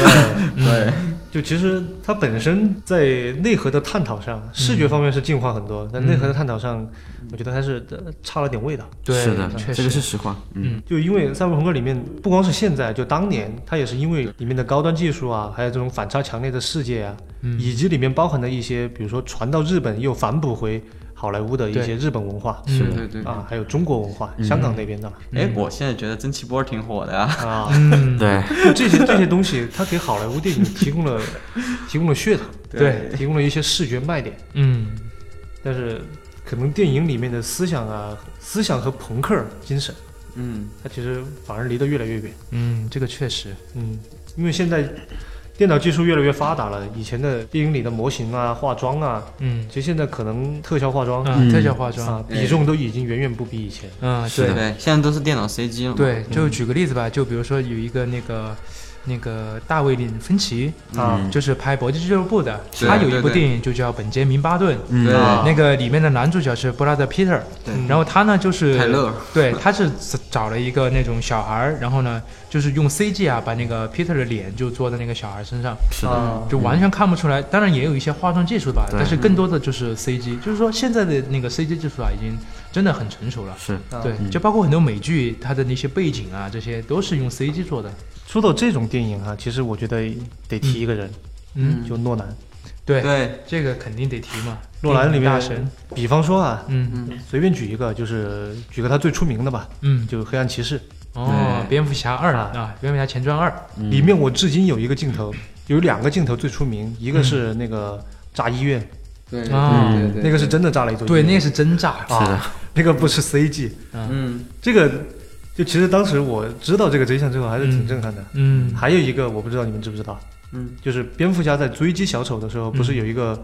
S3: 对，
S4: 嗯就其实它本身在内核的探讨上，视
S2: 嗯
S4: 觉方面是进化很多，但内核的探讨上，我觉得还是呃差了点味道。
S2: 对，
S5: 是的，
S2: 确
S5: 这个是
S2: 实，
S5: 实话，
S2: 嗯
S5: 嗯，
S4: 就因为赛博朋克里面不光是现在，就当年它也是因为里面的高端技术啊，还有这种反差强烈的世界啊，以及里面包含的一些，比如说传到日本又反哺回好莱坞的一些
S2: 对
S4: 日本文化
S2: 是
S3: 对对。
S4: 啊，还有中国文化，香港那边的嘛
S3: 哎，我现在觉得蒸汽波挺火的啊。
S4: 啊，
S2: 嗯，
S5: 对，
S4: 就这些这些东西，它给好莱坞电影提供了提供了噱头，
S2: 对，
S4: 提供了一些视觉卖点，
S2: 嗯，
S4: 但是可能电影里面的思想啊，思想和朋克精神，
S3: 嗯，
S4: 它其实反而离得越来越远。
S2: 嗯，这个确实，
S4: 嗯，因为现在电脑技术越来越发达了，以前的电影里的模型啊、化妆啊，
S2: 嗯，
S4: 其实现在可能特效化妆、
S2: 啊，特效化妆，
S4: 啊比重都已经远远不比以前。
S2: 嗯，
S5: 是
S2: 对
S5: 的
S3: 对，现在都是电脑 CG 了。，
S2: 对，就举个例子吧，就比如说有一个那个那个大卫林芬奇，
S4: 啊，
S5: 嗯
S2: 就是拍《搏击俱乐部》的，
S3: 是
S2: 他有一部
S3: 对对
S2: 电影就叫《本杰明巴顿》，
S3: 对
S5: 嗯，
S4: 啊
S2: 那个里面的男主角是布拉德·皮特，
S3: 对
S2: 然后他呢就是
S3: 泰勒，
S2: 对，他是找了一个那种小孩儿，然后呢就是用 CG 啊把那个 Peter 的脸就做在那个小孩儿身上，
S5: 是的，
S4: 啊，
S2: 就完全看不出来。当然也有一些化妆技术吧，
S5: 对
S3: 嗯
S2: 但是更多的就是 CG，就是说现在的那个 CG 技术啊已经真的很成熟了。
S5: 是，
S3: 嗯
S4: 啊
S2: 对，就包括很多美剧，它的那些背景啊，这些都是用 CG 做的。
S4: 说到这种电影啊，其实我觉得得提一个人，
S2: 嗯，
S4: 就诺兰。
S2: 对，
S3: 对，
S2: 这个肯定得提嘛。
S4: 诺兰里面
S2: 大神，，
S4: 比方说啊，
S2: 嗯
S4: 随便举一个，就是举个他最出名的吧，
S2: 嗯，
S4: 就《黑暗骑士》
S2: 哦，蝙蝠侠二
S4: 啊
S2: 啊，蝙蝠侠前传二，
S5: 嗯
S4: 里面，我至今有一个镜头，有两个镜头最出名，一个是那个炸医院，
S3: 对
S2: 啊
S3: 对对
S4: 那个是真的炸了一座医
S2: 对，
S4: 院，
S2: 那是真炸，
S4: 啊，那个不是 CG，
S3: 嗯，
S4: 这个就其实当时我知道这个真相之后，还是挺震撼的。
S2: 嗯，
S4: 还有一个我不知道你们知不知道，
S3: 嗯，
S4: 就是蝙蝠侠在追击小丑的时候，不是有一个、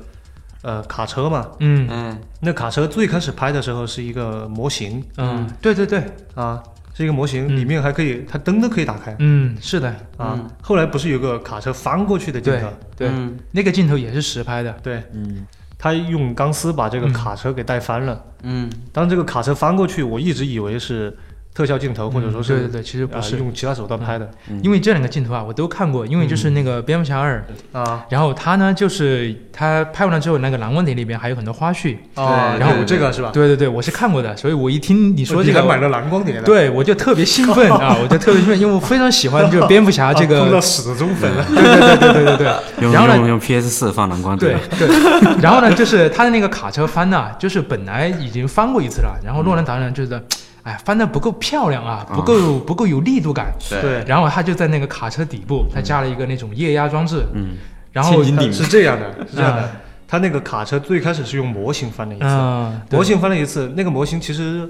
S4: 呃卡车嘛？
S2: 嗯
S3: 哎，
S4: 那卡车最开始拍的时候是一个模型
S2: 嗯，对对对，
S4: 啊，是一个模型，
S2: 嗯
S4: 里面还可以它灯都可以打开、
S2: 嗯，是的，
S4: 啊
S3: 嗯。
S4: 后来不是有个卡车翻过去的镜
S2: 对
S4: 头？
S2: 对，
S3: 嗯
S2: 那个镜头也是实拍的，
S4: 对，
S5: 嗯，
S4: 他用
S2: 嗯
S4: 钢丝把这个卡车给带翻了。
S3: 嗯，
S4: 当这个卡车翻过去，我一直以为是。特效镜头，或者说是
S2: 嗯对对对，其实不
S4: 呃
S2: 是，
S4: 用其他手段拍的
S2: 因为这两个镜头啊，我都看过，因为就是那
S4: 嗯
S2: 个《蝙蝠侠二》，
S4: 啊
S2: 然后他呢就是他拍完了之后，那个蓝光碟里边还有很多花絮，
S4: 啊，
S2: 然后
S4: 有这个是吧？
S2: 对对对，我是看过的，所以我一听你
S4: 你
S2: 说这个
S4: 还，买了蓝光碟啊的，
S2: 对我就特别兴奋啊，我就特别兴奋，因为我非常喜欢就是蝙蝠侠
S4: 啊，
S2: 这
S4: 碰到
S2: 个，
S4: 死忠粉了，
S2: 对对对对对对对。
S5: 用
S2: 然后呢
S5: 用用 PS 四放
S4: 啊
S5: 蓝光碟
S2: 对，对， 然后呢，就是他的那个卡车翻呐、就是本来已经翻过一次了，然后洛
S4: 嗯
S2: 兰达人觉得，哎，翻的不够漂亮啊，不够不够有力度感，
S4: 对，
S2: 然后他就在那个卡车底部，他加了一个那种液压装置，嗯，然后
S4: 千斤顶是这样的，是这样的，他那个卡车最开始是用模型翻了一次，
S2: 嗯，对
S4: 模型翻了一次，那个模型其实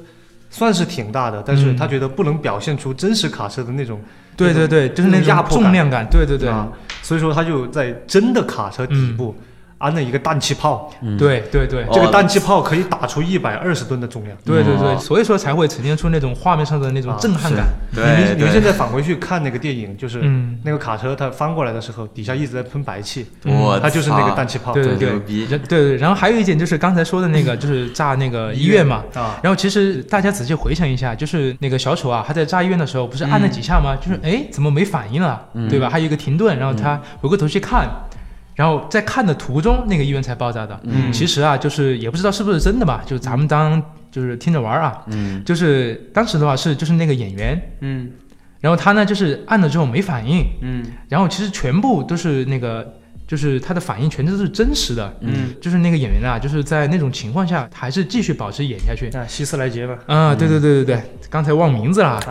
S4: 算是挺大的，但是
S2: 嗯
S4: 他觉得不能表现出真实卡车的那种
S2: 对对对，就是那
S4: 那种压
S2: 种
S4: 迫感
S2: 重量感，对对对嗯
S4: 啊，所以说他就在真的卡车底部安了一个氮气炮，
S2: 对对对。
S3: 哦
S4: 这个氮气炮可以打出一百二十吨的重量。
S2: 对对对，所以说才会呈现出那种画面上的那种
S4: 嗯啊
S2: 震撼感。
S4: 你们
S3: 对
S4: 你们
S3: 对
S4: 现在返回去看那个电影，就是
S2: 嗯
S4: 那个卡车它翻过来的时候，底下一直在喷白气，
S3: 我
S4: 嗯它就是那个
S3: 操
S4: 氮气炮。
S2: 对对
S3: 牛
S2: 对，
S3: 逼
S2: 然对对，然后还有一点就是刚才说的那个，就是炸那个医院嘛，
S4: 啊，
S2: 然后其实大家仔细回想一下，就是那个小丑啊，他在炸医院的时候不是按了几下吗？就是哎，怎么没反应了，对吧？还有一个停顿，然后他回过头去看，然后在看的途中，那个医院才爆炸的。
S4: 嗯
S2: 其实啊，就是也不知道是不是真的吧，就是咱们当就是听着玩儿啊。嗯，就是当时的话是就是那个演员，
S3: 嗯
S2: 然后他呢就是按了之后没反应，
S3: 嗯
S2: 然后其实全部都是那个。就是他的反应全都是真实的，
S3: 嗯，
S2: 就是那个演员啊，就是在那种情况下，他还是继续保持演下去，
S4: 啊，希斯莱杰嘛，
S2: 啊，对对对对对，刚才忘名字了。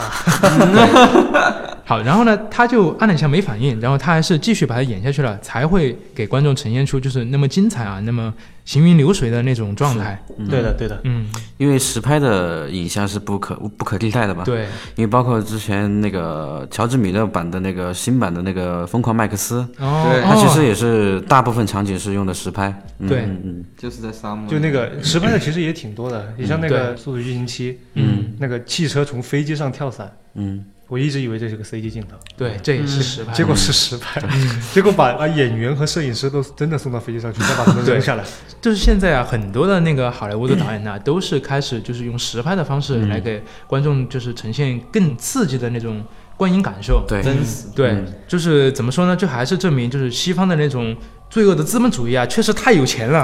S2: 好，然后呢，他就按了一下没反应，然后他还是继续把它演下去了，才会给观众呈现出就是那么精彩啊，那么行云流水的那种状态。
S4: 对的对的，
S2: 嗯，
S5: 因为实拍的影像是不可不可替代
S1: 嗯
S5: 的嘛。，
S2: 对，
S5: 因为包括之前那个乔治米勒版的那个新版的那个《疯狂麦克斯》，
S2: 哦
S3: 对，
S5: 它其
S2: 哦
S5: 实也是大部分场景是用的实拍。嗯、
S2: 对
S5: 嗯嗯，
S3: 就是在沙漠，
S4: 就那个实拍的其实也挺多的，你像那个《速度与激情七》，嗯，那个汽车从飞机上跳伞，
S5: 嗯，
S4: 我一直以为这是个 CG 镜头，
S2: 对，这也是实拍。
S4: 结果是实拍， 结果把把演员和摄影师都真的送到飞机上去，再把他 们扔下来。
S2: 就是现在啊，很多的那个好莱坞的导演呐、都是开始就是用实拍的方式来给观众就是呈现更刺激的那种观影感受。
S5: 对，
S3: 真实，
S2: 对，
S5: 嗯
S2: 就是怎么说呢？就还是证明，就是西方的那种罪恶的资本主义啊，确实太有钱了。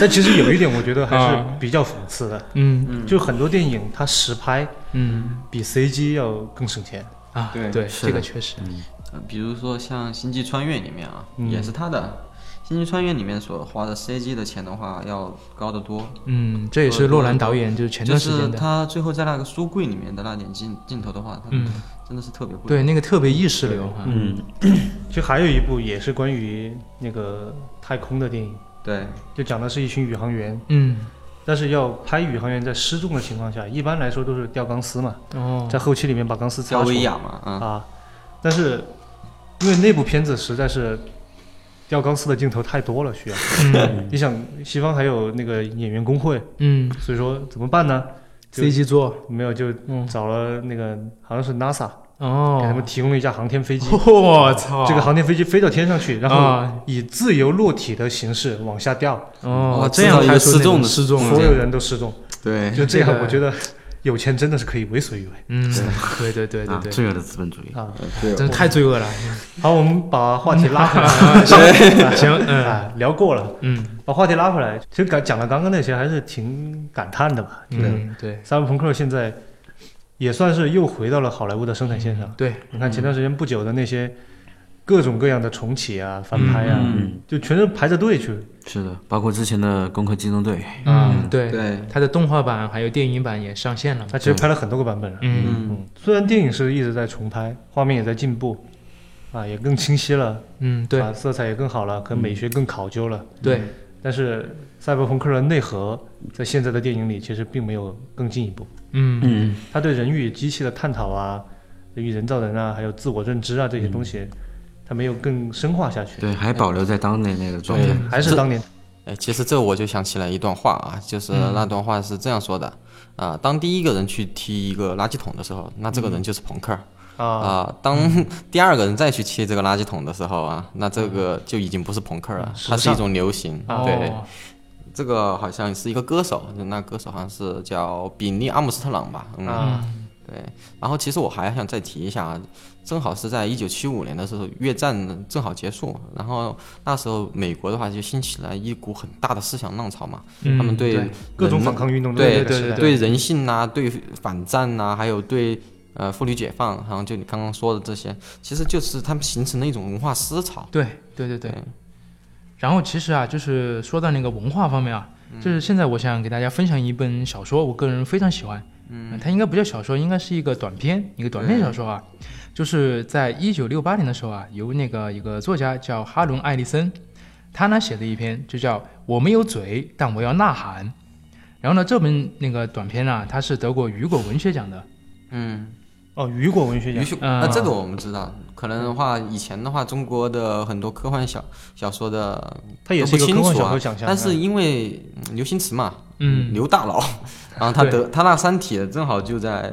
S4: 但其实有一点，我觉得还是
S2: 啊
S4: 比较讽刺的，
S2: 嗯
S4: 就很多电影它实拍
S2: 嗯
S4: 比 CG 要更省钱。
S2: 啊，
S3: 对
S5: 是
S2: 这
S5: 的
S2: 个确实，
S5: 嗯
S3: 呃比如说像《星际穿越》里面啊，
S4: 嗯
S3: 也是他的。《星际穿越》里面所花的 CG 的钱的话，要高得多。
S2: 嗯，这也是洛兰导演就是前
S3: 就
S2: 段时
S3: 是
S2: 间的，
S3: 他最后在那个书柜里面的那点镜镜头的话，他
S2: 嗯，
S3: 真的是特别不一
S2: 对
S3: 样。
S2: 那个特别意识流啊，
S4: 嗯，就还有一部也是关于那个太空的电影，
S3: 对
S4: 就讲的是一群宇航员，
S2: 嗯，
S4: 但是要拍宇航员在失重的情况下，一般来说都是吊钢丝嘛，
S2: 哦，
S4: 在后期里面把钢丝
S3: 吊
S4: 擦出
S3: 威
S4: 来
S3: 亚嘛，啊，
S4: 啊。但是因为那部片子实在是吊钢丝的镜头太多了，需要。
S2: 嗯
S4: 你想，西方还有那个演员工会，
S2: 嗯
S4: 所以说怎么办呢？ 就
S2: ，CG 做
S4: 没有就
S2: 嗯
S4: 找了那个好像是 NASA 给他
S2: 哦
S4: 们，提供了一架航天飞机，
S2: 我操，哦
S4: 这个航天飞机飞到天上去，然后
S2: 啊
S4: 以自由落体的形式往下掉，
S2: 哦
S3: 我，
S2: 这
S3: 知道
S2: 样
S3: 一
S2: 才
S3: 个
S2: 是
S3: 失
S2: 那种
S3: 重的
S2: 失重
S4: 所
S2: 啊，
S4: 有人都失重，
S3: 对，
S4: 就这
S2: 这
S4: 样，
S2: 个
S4: 我觉得有钱真的是可以为所欲为
S2: 嗯，对对对 对
S5: 啊，
S2: 对，
S5: 罪恶的资本主义。
S4: 啊。
S3: 对
S2: 真是太罪恶了，
S4: 好，我们把话题 拉回来，
S2: 行，嗯
S4: 啊，聊过了，
S2: 嗯
S4: 把话题拉回来，其实讲讲了刚刚那些还是挺感叹的吧？对，
S2: 嗯，对
S4: 赛博朋克现在也算是又回到了好莱坞的生产线上。
S2: 对，
S4: 你看前段时间不久的那些各种各样的重启啊、翻拍啊，
S5: 嗯，
S4: 就全是排着队去。啊
S5: 是的，包括之前的《攻壳机动队》，
S2: 嗯对，
S3: 对，
S2: 它的动画版还有电影版也上线了嘛，
S4: 它其实拍了很多个版本了。
S2: 嗯
S3: 嗯，
S4: 嗯，虽然电影是一直在重拍，画面也在进步，啊，也更清晰了，
S2: 嗯对
S4: 啊，色彩也更好了，可能美学更考究了。
S2: 对，
S4: 但是赛博朋克的内核在现在的电影里其实并没有更进一步。
S2: 嗯
S5: 嗯，
S4: 它对人与机器的探讨啊，人与人造人啊，还有自我认知啊这些
S3: 嗯
S4: 东西，它没有更深化下去，嗯
S5: 对，还保留在当年那个状态。
S4: 还是当年
S3: 哎，其实这我就想起来一段话啊，就是
S4: 嗯
S3: 那段话是这样说的啊、当第一个人去踢一个垃圾桶的时候，那这个人就是朋克儿
S4: 嗯啊，
S3: 啊、当 第二个人再去踢这个垃
S4: 嗯哦
S3: 圾桶的时候啊，那这个就已经不是朋克儿了，它是一种流行。对，
S2: 哦
S3: 这个好像是一个歌手，那歌手好像是叫比利阿姆斯特朗吧，嗯，
S4: 啊，
S3: 对，然后其实我还想再提一下，啊正好是在一九七五年的时候，越战正好结束，然后那时候美国的话就兴起了一股很大的思想浪潮嘛，
S2: 嗯
S3: 他们对
S4: 对各种
S3: 人
S4: 反抗运动都在这
S3: 对
S4: 个时代
S3: 对人性呐、对反战呐、还有对呃妇女解放，然后就你刚刚说的这些，其实就是他们形成了一种文化思潮。
S2: 对对对对。然后其实啊，就是说到那个文化方面啊，就是现在我想给大家分享一本小说，我个人非常喜欢。嗯，它应该不叫小说，应该是一个短篇，一个短篇小说啊。就是在一九六八年的时候啊，由那个一个作家叫哈伦·艾利森，他呢写的一篇就叫《我没有嘴，但我要呐喊》。然后呢，这本那个短篇啊，它是得过雨果文学奖的。
S3: 嗯，
S4: 哦，雨果文学
S3: 于
S4: 奖，
S3: 是
S2: 嗯
S3: 那啊这个我们知道，可能的话以前的话，中国的很多科幻小小说的
S4: 它也
S3: 都
S4: 是
S3: 不
S4: 一个
S3: 清
S4: 科幻
S3: 楚
S4: 小
S3: 啊
S4: 说奖项，
S3: 但是因为嗯刘星驰嘛，
S2: 嗯
S3: 刘 大佬，然后他
S2: 对
S3: 得他那《三体》正好就在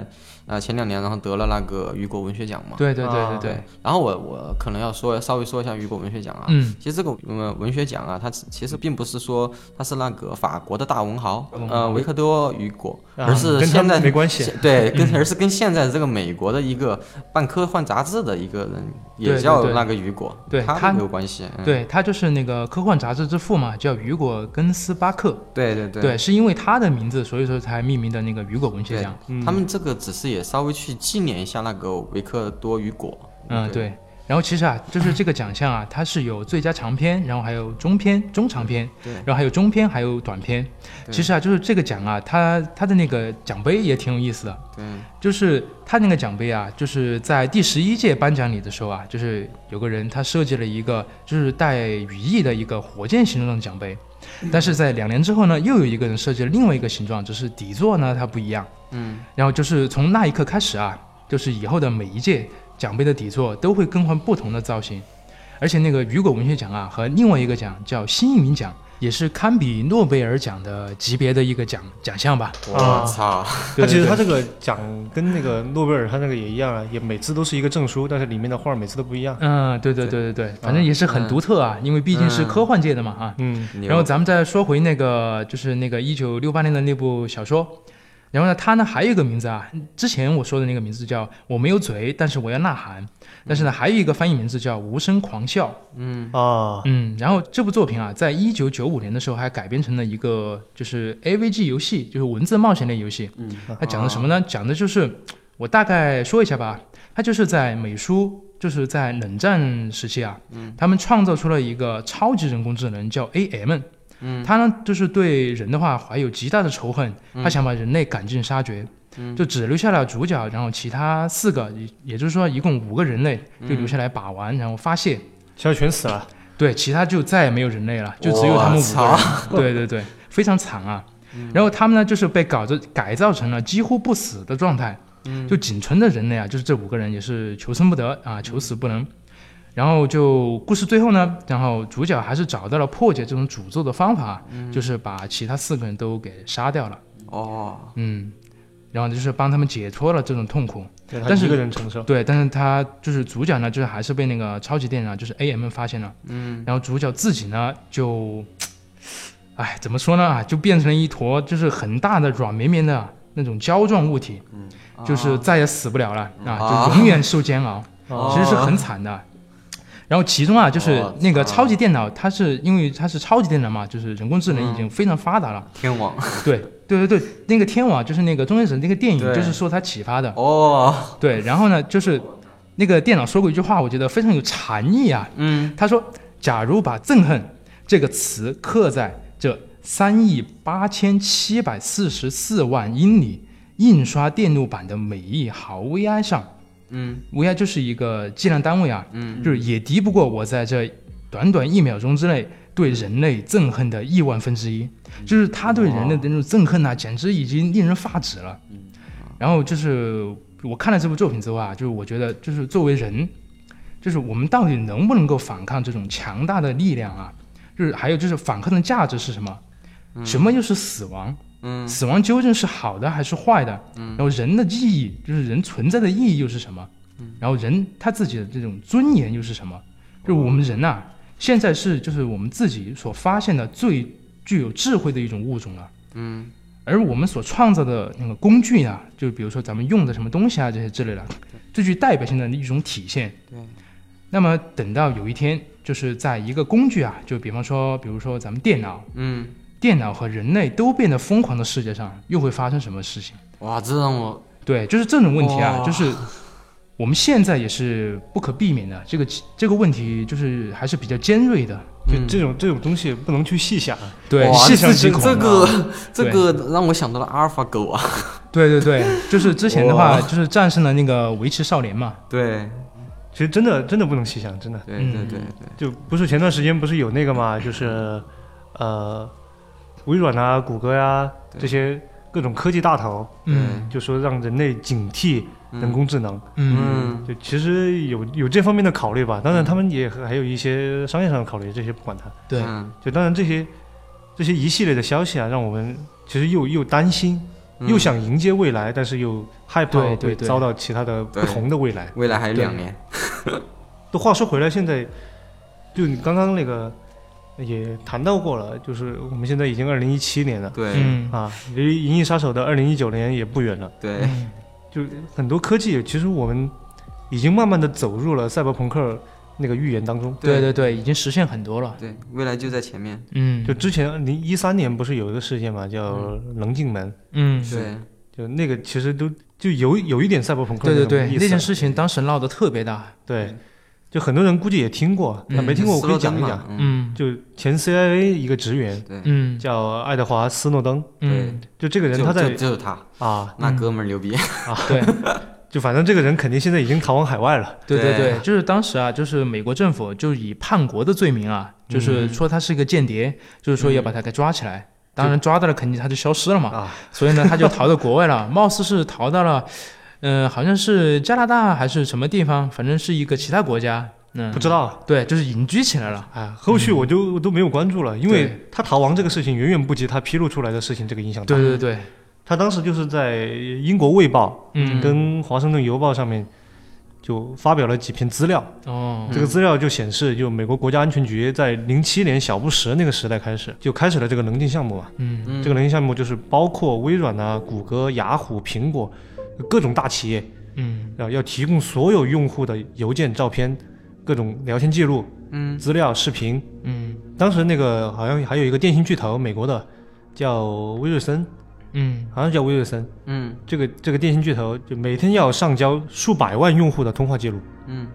S3: 啊、呃前两年，然后得了那个雨果文学奖嘛。
S2: 对对对对
S4: 啊
S2: 哦对，
S3: 然后我我可能要说稍微说一下雨果文学奖啊，
S2: 嗯
S3: 其实这个呃文学奖啊，它其实并不是说它是那个法国的大文豪
S2: 文豪
S3: 呃维克多雨果，
S4: 啊
S3: 而
S4: 跟
S3: 是
S4: 他
S3: 现在
S4: 没关系
S3: 现
S2: 嗯
S3: 对，跟而是跟现在这个美国的一个办科幻杂志的一个人
S2: 对
S3: 也
S2: 对
S3: 叫
S2: 对
S3: 那个雨果，
S2: 对他
S3: 他没有关系，嗯
S2: 对他就是那个科幻杂志之父嘛，叫雨果·根斯巴克。
S3: 对对对
S2: 对，是因为他的名字，所以说才命名的那个雨果文学
S3: 对
S2: 奖。，
S3: 他们这个只是也稍微去纪念一下那个维克多雨果，
S2: 嗯，对。然后其实啊，就是这个奖项啊，它是有最佳长篇，然后还有中篇、中长篇，
S3: 对
S2: 然后还有中篇，还有短篇。其实啊，就是这个奖啊，它它的那个奖杯也挺有意思的，
S3: 对，
S2: 就是它那个奖杯啊，就是在第十一届颁奖礼的时候啊，就是有个人他设计了一个就是带羽翼的一个火箭形状的奖杯，但是在两年之后呢，又有一个人设计了另外一个形状，只是底座呢它不一样。
S3: 嗯，
S2: 然后就是从那一刻开始啊，就是以后的每一届奖杯的底座都会更换不同的造型，而且那个雨果文学奖啊和另外一个奖叫新移民奖，也是堪比诺贝尔奖的级别的一个奖奖项吧。
S3: 我操，
S2: 对
S4: 它其实
S2: 对
S4: 它
S2: 对
S4: 这个奖跟那个诺贝尔它那个也一样啊，也每次都是一个证书，但是里面的画儿每次都不一样。
S2: 嗯，对对对对对，反正也是很独特啊，因为毕竟是科幻界的嘛啊。
S4: 嗯，
S3: 牛
S2: 然后咱们再说回那个，就是那个一九六八年的那部小说，然后呢，它呢还有一个名字啊，之前我说的那个名字叫《我没有嘴，但是我要呐喊》，但是呢，还有一个翻译名字叫《无声狂笑》。
S4: 啊，
S2: 嗯，然后这部作品啊，在一九九五年的时候还改编成了一个就是 AVG 游戏，就是文字冒险类游戏。嗯，它讲的什么呢？讲的就是我大概说一下吧，它就是在美苏，就是在冷战时期啊，他们创造出了一个超级人工智能叫 AM。嗯，它呢就是对人的话怀有极大的仇恨，它想把人类赶尽杀绝。就只留下了主角，然后其他四个，也也就是说一共五个人类就留下来把玩，然后发泄。
S4: 现在全死了。
S2: 对，其他就再也没有人类了，就只有他们五个
S3: 我
S2: 人。 对对对，非常惨啊。然后他们呢，就是被搞着改造成了几乎不死的状态，就仅存的人类啊，就是这五个人也是求生不得啊，求死不能。然后就故事最后呢，然后主角还是找到了破解这种诅咒的方法，就是把其他四个人都给杀掉了，
S3: 哦，
S2: 嗯，然后就是帮他们解脱了这种痛苦。
S4: 对他
S2: 但是
S4: 一个人承受，
S2: 对，但是他就是主角呢，就是还是被那个超级电啊脑就是 AM 发现了，嗯，然后主角自己呢就，哎，怎么说呢啊，就变成了一坨就是很大的软绵绵的那种胶状物体，嗯，就是再也死不了了啊，哦就永远受煎熬，
S4: 啊
S2: 其实是很惨的。然后其中啊，就是
S3: 我
S2: 那个
S3: 操
S2: 超级电脑，它是因为它是超级电脑嘛，就是人工智能已经非常发达了。
S3: 天网，
S2: 对对对对，那个天网就是那个《终结者》那个电影，
S3: 对
S2: 就是受它启发的。
S3: 哦，
S2: 对，然后呢，就是那个电脑说过一句话，我觉得非常有禅意啊。
S3: 嗯，
S2: 他说：“假如把憎恨这个词刻在这三亿八千七百四十四万英里印刷电路板的每一毫 VI 上，
S3: 嗯，
S2: ，VI 就是一个计量单位啊，嗯，就是也敌不过我在这短短一秒钟之内对人类憎恨的亿万分之一，
S3: 嗯
S2: 就是他对人类的那种憎恨啊，简直已经令人发指了。
S3: 嗯
S2: 然后就是我看了这部作品之后啊，就是我觉得就是作为人，就是我们到底能不能够反抗这种强大的力量啊？就是还有就是反抗的价值是什么？什么又是死亡？嗯，死亡究竟是好的还是坏的？嗯，然后人的意义，就是人存在的意义又是什么？嗯，然后人他自己的这种尊严啊又是什么？就是我们人呐、现在是就是我们自己所发现的最具有智慧的一种物种了。嗯。而我们所创造的那个工具啊，就比如说咱们用的什么东西啊，这些之类的，最具代表性的一种体现。
S3: 对。
S2: 那么等到有一天，就是在一个工具啊，就比方说，比如说咱们电脑，
S3: 嗯，
S2: 电脑和人类都变得疯狂的世界上，又会发生什么事情？
S3: 哇，这让我
S2: 对，就是这种问题啊，
S3: 哇
S2: 就是我们现在也是不可避免的。这个这个问题就是还是比较尖锐的。
S4: 就
S3: 嗯
S4: 这种这种东西不能去细想，
S2: 对，
S3: 哇，
S4: 细想
S3: 这
S4: 极
S3: 这
S4: 恐
S3: 这个这
S2: 啊对
S3: 个让我想到了阿尔法狗啊，
S2: 对对对，就是之前的话，就是战胜了那个维持少年嘛。
S3: 对
S4: 其实真的真的不能细想，真的
S3: 对
S2: 嗯
S3: 对对
S4: 就不是前段时间不是有那个嘛，就是呃，微软啊、谷歌呀、这些各种科技大头，
S2: 嗯
S4: 就说让人类警惕人工智能，
S2: 嗯
S3: 嗯
S4: 就其实有有这方面的考虑吧。当然，他们也还有一些商业上的考虑，这些不管它。
S2: 对
S3: 嗯
S4: 就当然这些这些一系列的消息啊，让我们其实又又担心，又想迎接未来，但是又害怕
S2: 嗯对对
S4: 会
S2: 对
S4: 遭到其他的不
S3: 对
S4: 同的未来。
S3: 嗯未来还有两年，
S4: 那话说回来，现在就你刚刚那个也谈到过了，就是我们现在已经二零一七年了
S3: 对
S2: 嗯
S4: 啊，离《银翼杀手》的二零一九年也不远了。
S3: 对
S2: 嗯
S4: 就很多科技，其实我们已经慢慢的走入了赛博朋克那个预言当中。
S2: 对对对，已经实现很多了。
S3: 对，未来就在前面，
S2: 嗯，
S4: 就之前零一三年不是有一个事件嘛，叫棱镜门，
S2: 嗯，
S3: 对
S4: 就那个其实都就有有一点赛博朋克
S2: 对对
S4: 那种
S2: 对，
S4: 意思
S2: 那件事情当时闹得特别大。
S4: 对，就很多人估计也听过，
S2: 嗯
S4: 那没听过我可
S3: 斯
S4: 以
S3: 诺
S4: 讲
S3: 登
S4: 一
S3: 嘛
S4: 讲。，
S2: 嗯
S4: 就前 CIA 一个职员
S3: 对
S2: 嗯
S4: 叫爱德华·斯诺登，
S2: 嗯，
S4: 就这个人
S3: 就
S4: 他在
S3: 就就是他，
S4: 啊，
S3: 那哥们儿牛逼，
S2: 对。
S4: 就反正这个人肯定现在已经逃往海外了。
S2: 对对
S3: 对
S2: 对，就是当时啊，就是美国政府就以叛国的罪名啊，就是说他是一个间谍，就是说要把他给抓起来。当然抓到了，肯定他就消失了嘛。
S4: 啊
S2: 所以呢，他就逃到国外了，貌似是逃到了，嗯、好像是加拿大还是什么地方，反正是一个其他国家。嗯，
S4: 不知道
S2: 对，就是隐居起来了。
S4: 啊，后续我就我都没有关注了，因为
S2: 对
S4: 他逃亡这个事情远远不及他披露出来的事情这个影响大
S2: 对。对对，
S4: 他当时就是在英国《卫报》
S2: 嗯
S4: 跟《华盛顿邮报》上面就发表了几篇资料，
S2: 哦，
S4: 这个资料就显示，就美国国家安全局在零七年小布什那个时代开始就开始了这个棱镜项目嘛。
S2: 嗯
S3: 嗯
S4: 这个棱镜项目就是包括微软啊、谷歌、雅虎、苹果各种大企业，
S2: 嗯
S4: 然后要提供所有用户的邮件、照片、各种聊天记录、
S3: 嗯
S4: 资料、视频。
S2: 嗯
S4: 当时那个好像还有一个电信巨头，美国的叫威尔森，
S2: 嗯，
S4: 好像叫威尔森。
S3: 嗯
S4: 这个这个电信巨头就每天要上交数百万用户的通话记录，
S3: 嗯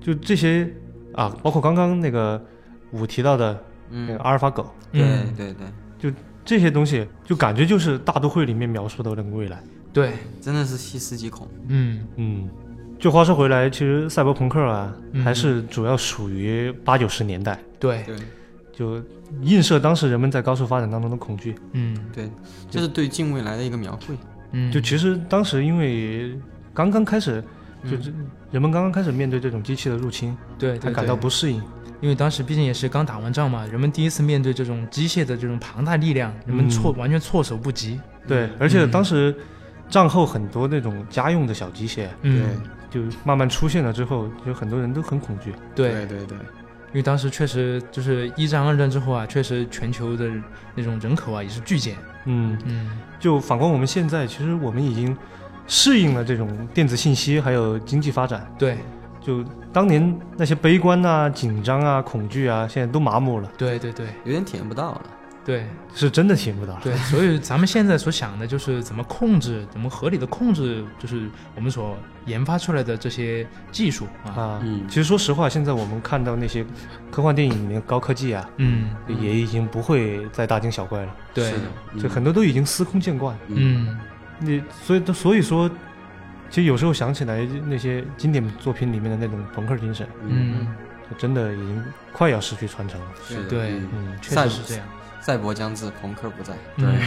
S4: 就这些啊，包括刚刚那个我提到的那个
S3: 嗯，
S4: 阿尔法狗、
S3: 对
S2: 嗯
S3: 对对，
S4: 这些东西，就感觉就是大都会里面描述的那个未来。
S2: 对，
S3: 真的是细思极恐，
S2: 嗯
S4: 嗯，就话说回来，其实赛博朋克啊，
S2: 嗯
S4: 还是主要属于八九十年代，
S2: 对，
S3: 对
S4: 就映射当时人们在高速发展当中的恐惧。
S2: 嗯
S3: 对，这是对近未来的一个描绘，
S2: 嗯，
S4: 就其实当时因为刚刚开始，就这
S3: 嗯
S4: 人们刚刚开始面对这种机器的入侵，
S2: 对
S4: 还
S2: 对
S4: 感
S2: 对
S4: 到，不适应。
S2: 因为当时毕竟也是刚打完仗嘛，人们第一次面对这种机械的这种庞大力量，
S4: 嗯
S2: 人们措、完全措手不及。
S4: 对，而且
S2: 嗯
S4: 当时战后很多那种家用的小机械，
S2: 嗯，
S4: 就慢慢出现了之后，有很多人都很恐惧。
S2: 对，
S3: 对对，
S2: 因为当时确实就是一战、二战之后啊，确实全球的那种人口啊也是巨减。
S4: 嗯，
S2: 嗯
S4: 就反观我们现在，其实我们已经适应了这种电子信息还有经济发展。，
S2: 嗯对
S4: 就当年那些悲观啊、紧张啊、恐惧啊，现在都麻木了，
S2: 对对对
S3: 有点体验不到了，
S2: 对
S4: 是真的体验不到了。
S2: 对，所以咱们现在所想的就是怎么控制，怎么合理的控制，就是我们所研发出来的这些技术啊。
S4: 啊，
S1: 嗯
S4: 其实说实话，现在我们看到那些科幻电影里面的高科技啊，
S2: 嗯，嗯
S4: 也已经不会再大惊小怪了，
S2: 对
S1: 是，的，
S4: 就很多都已经司空见惯。
S2: 嗯
S4: 你所以所以说，其实有时候想起来那些经典作品里面的那种朋克精神，
S2: 嗯，
S4: 真的已经快要失去传承了。
S1: 是的
S2: 对
S1: 嗯
S4: 嗯，
S2: 确
S3: 赛
S2: 实是这样。
S3: 赛博将至，朋克不在，
S1: 对
S2: 嗯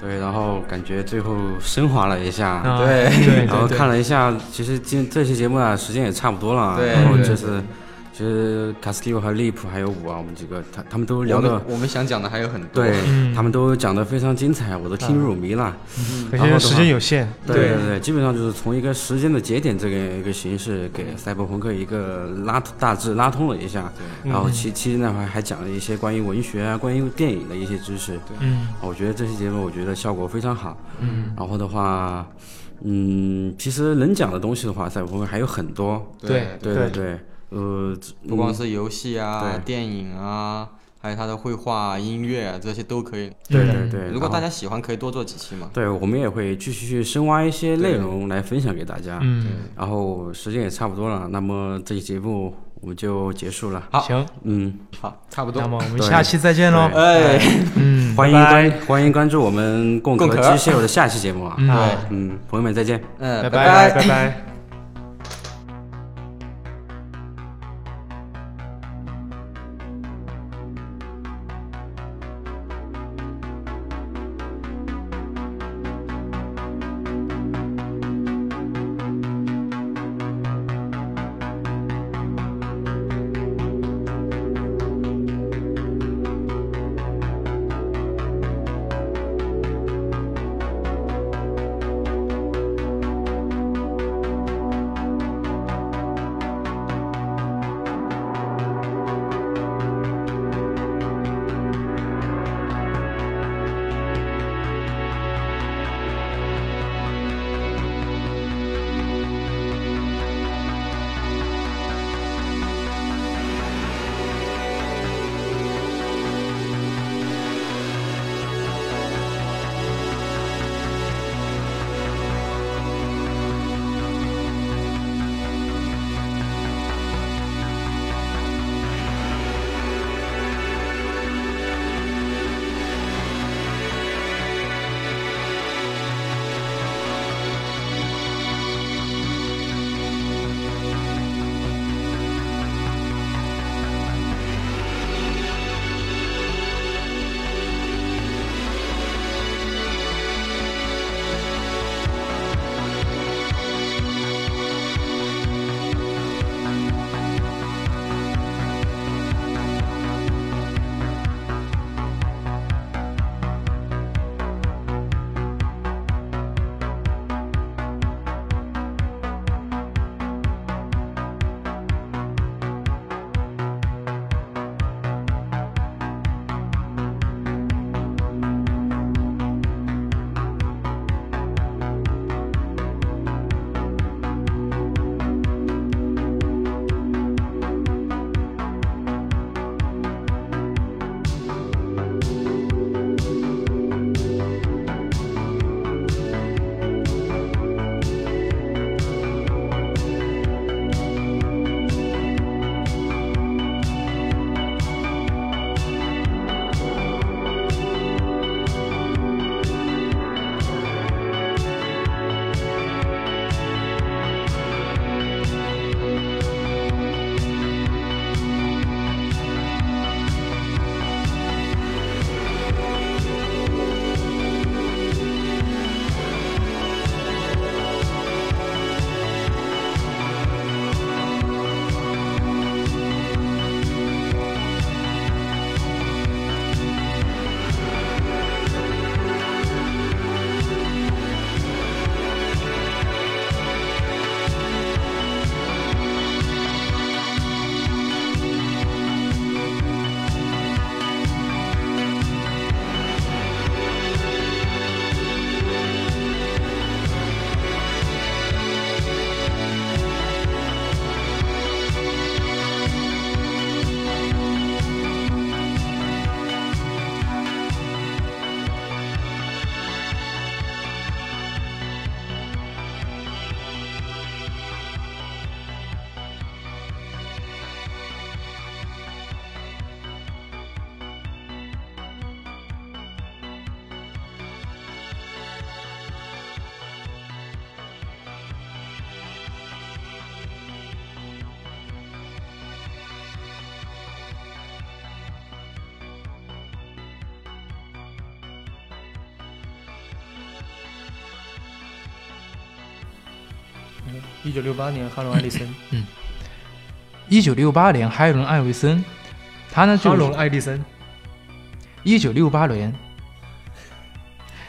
S1: 对，然后感觉最后升华了一下，嗯
S2: 啊
S3: 对
S2: 对对
S1: 然后
S2: 对
S1: 看了一下，其实今这期节目啊，时间也差不多了，
S3: 对
S1: 然后
S2: 对
S1: 就是其实卡斯蒂奥还有利普还有五啊，我们几个他他们都
S3: 我
S1: 聊的
S3: 们，我们想讲的还有很多。
S1: 对、
S2: 嗯
S1: 他们都讲的非常精彩，我都听入迷了。
S4: 可惜嗯时间有限，
S1: 对对对，基本上就是从一个时间的节点这个一个形式，给赛博朋克一个拉大致拉通了一下。然
S3: 嗯
S1: 后其其实那还还讲了一些关于文学啊、关于电影的一些知识。
S2: 嗯
S1: 我觉得这期节目我觉得效果非常好。嗯，然后的话，嗯，其实能讲的东西的话，赛博朋克还有很多。
S2: 对
S1: 对对对，呃，
S3: 不光是游戏啊
S1: 对、
S3: 电影啊，还有他的绘画、啊、音乐啊，这些都可以。
S1: 对对
S2: 嗯
S1: 对，
S3: 如果大
S1: 家
S3: 家喜欢，可以多做几期嘛。
S1: 对我们也会继续去深挖一些内容来分享给大家。
S2: 嗯，
S1: 然后时间也差不多了，那么这期节目我们就结束了。
S3: 好
S2: 行，
S1: 嗯，
S3: 好，差不多
S2: 那。么我们
S1: 对
S2: 下期再见喽。
S3: 哎，
S2: 嗯，
S1: 欢迎
S2: 拜拜
S1: 关欢迎关注我们共
S3: 共
S1: 和
S3: 壳
S1: 机械的下期节目啊。
S2: 嗯
S3: 对，
S1: 嗯，朋友们再见。
S3: 嗯，
S2: 拜
S3: 拜
S2: 拜拜。
S4: 一九六八年哈罗艾利森，
S2: 一九六八年，哈伦·艾维森，他呢
S4: 哈
S2: 就
S4: 隆·爱迪生，
S2: 一九六八年，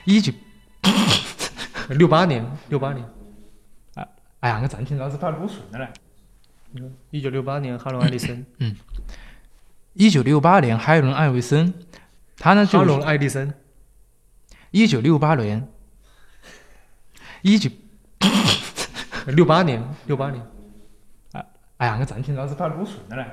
S2: 一九
S4: 六八年，六八年，
S2: 哎呀，我真听老是怕录损的嘞。
S4: 一九六八年，哈隆·爱迪 生，
S2: 一九六八年，海伦·艾维森，他呢
S4: 哈隆
S2: 就
S4: ·爱迪生，
S2: 一九六八年，一九
S4: 六八年，六八年。
S2: 哎呀，我真听老是怕录损的嘞。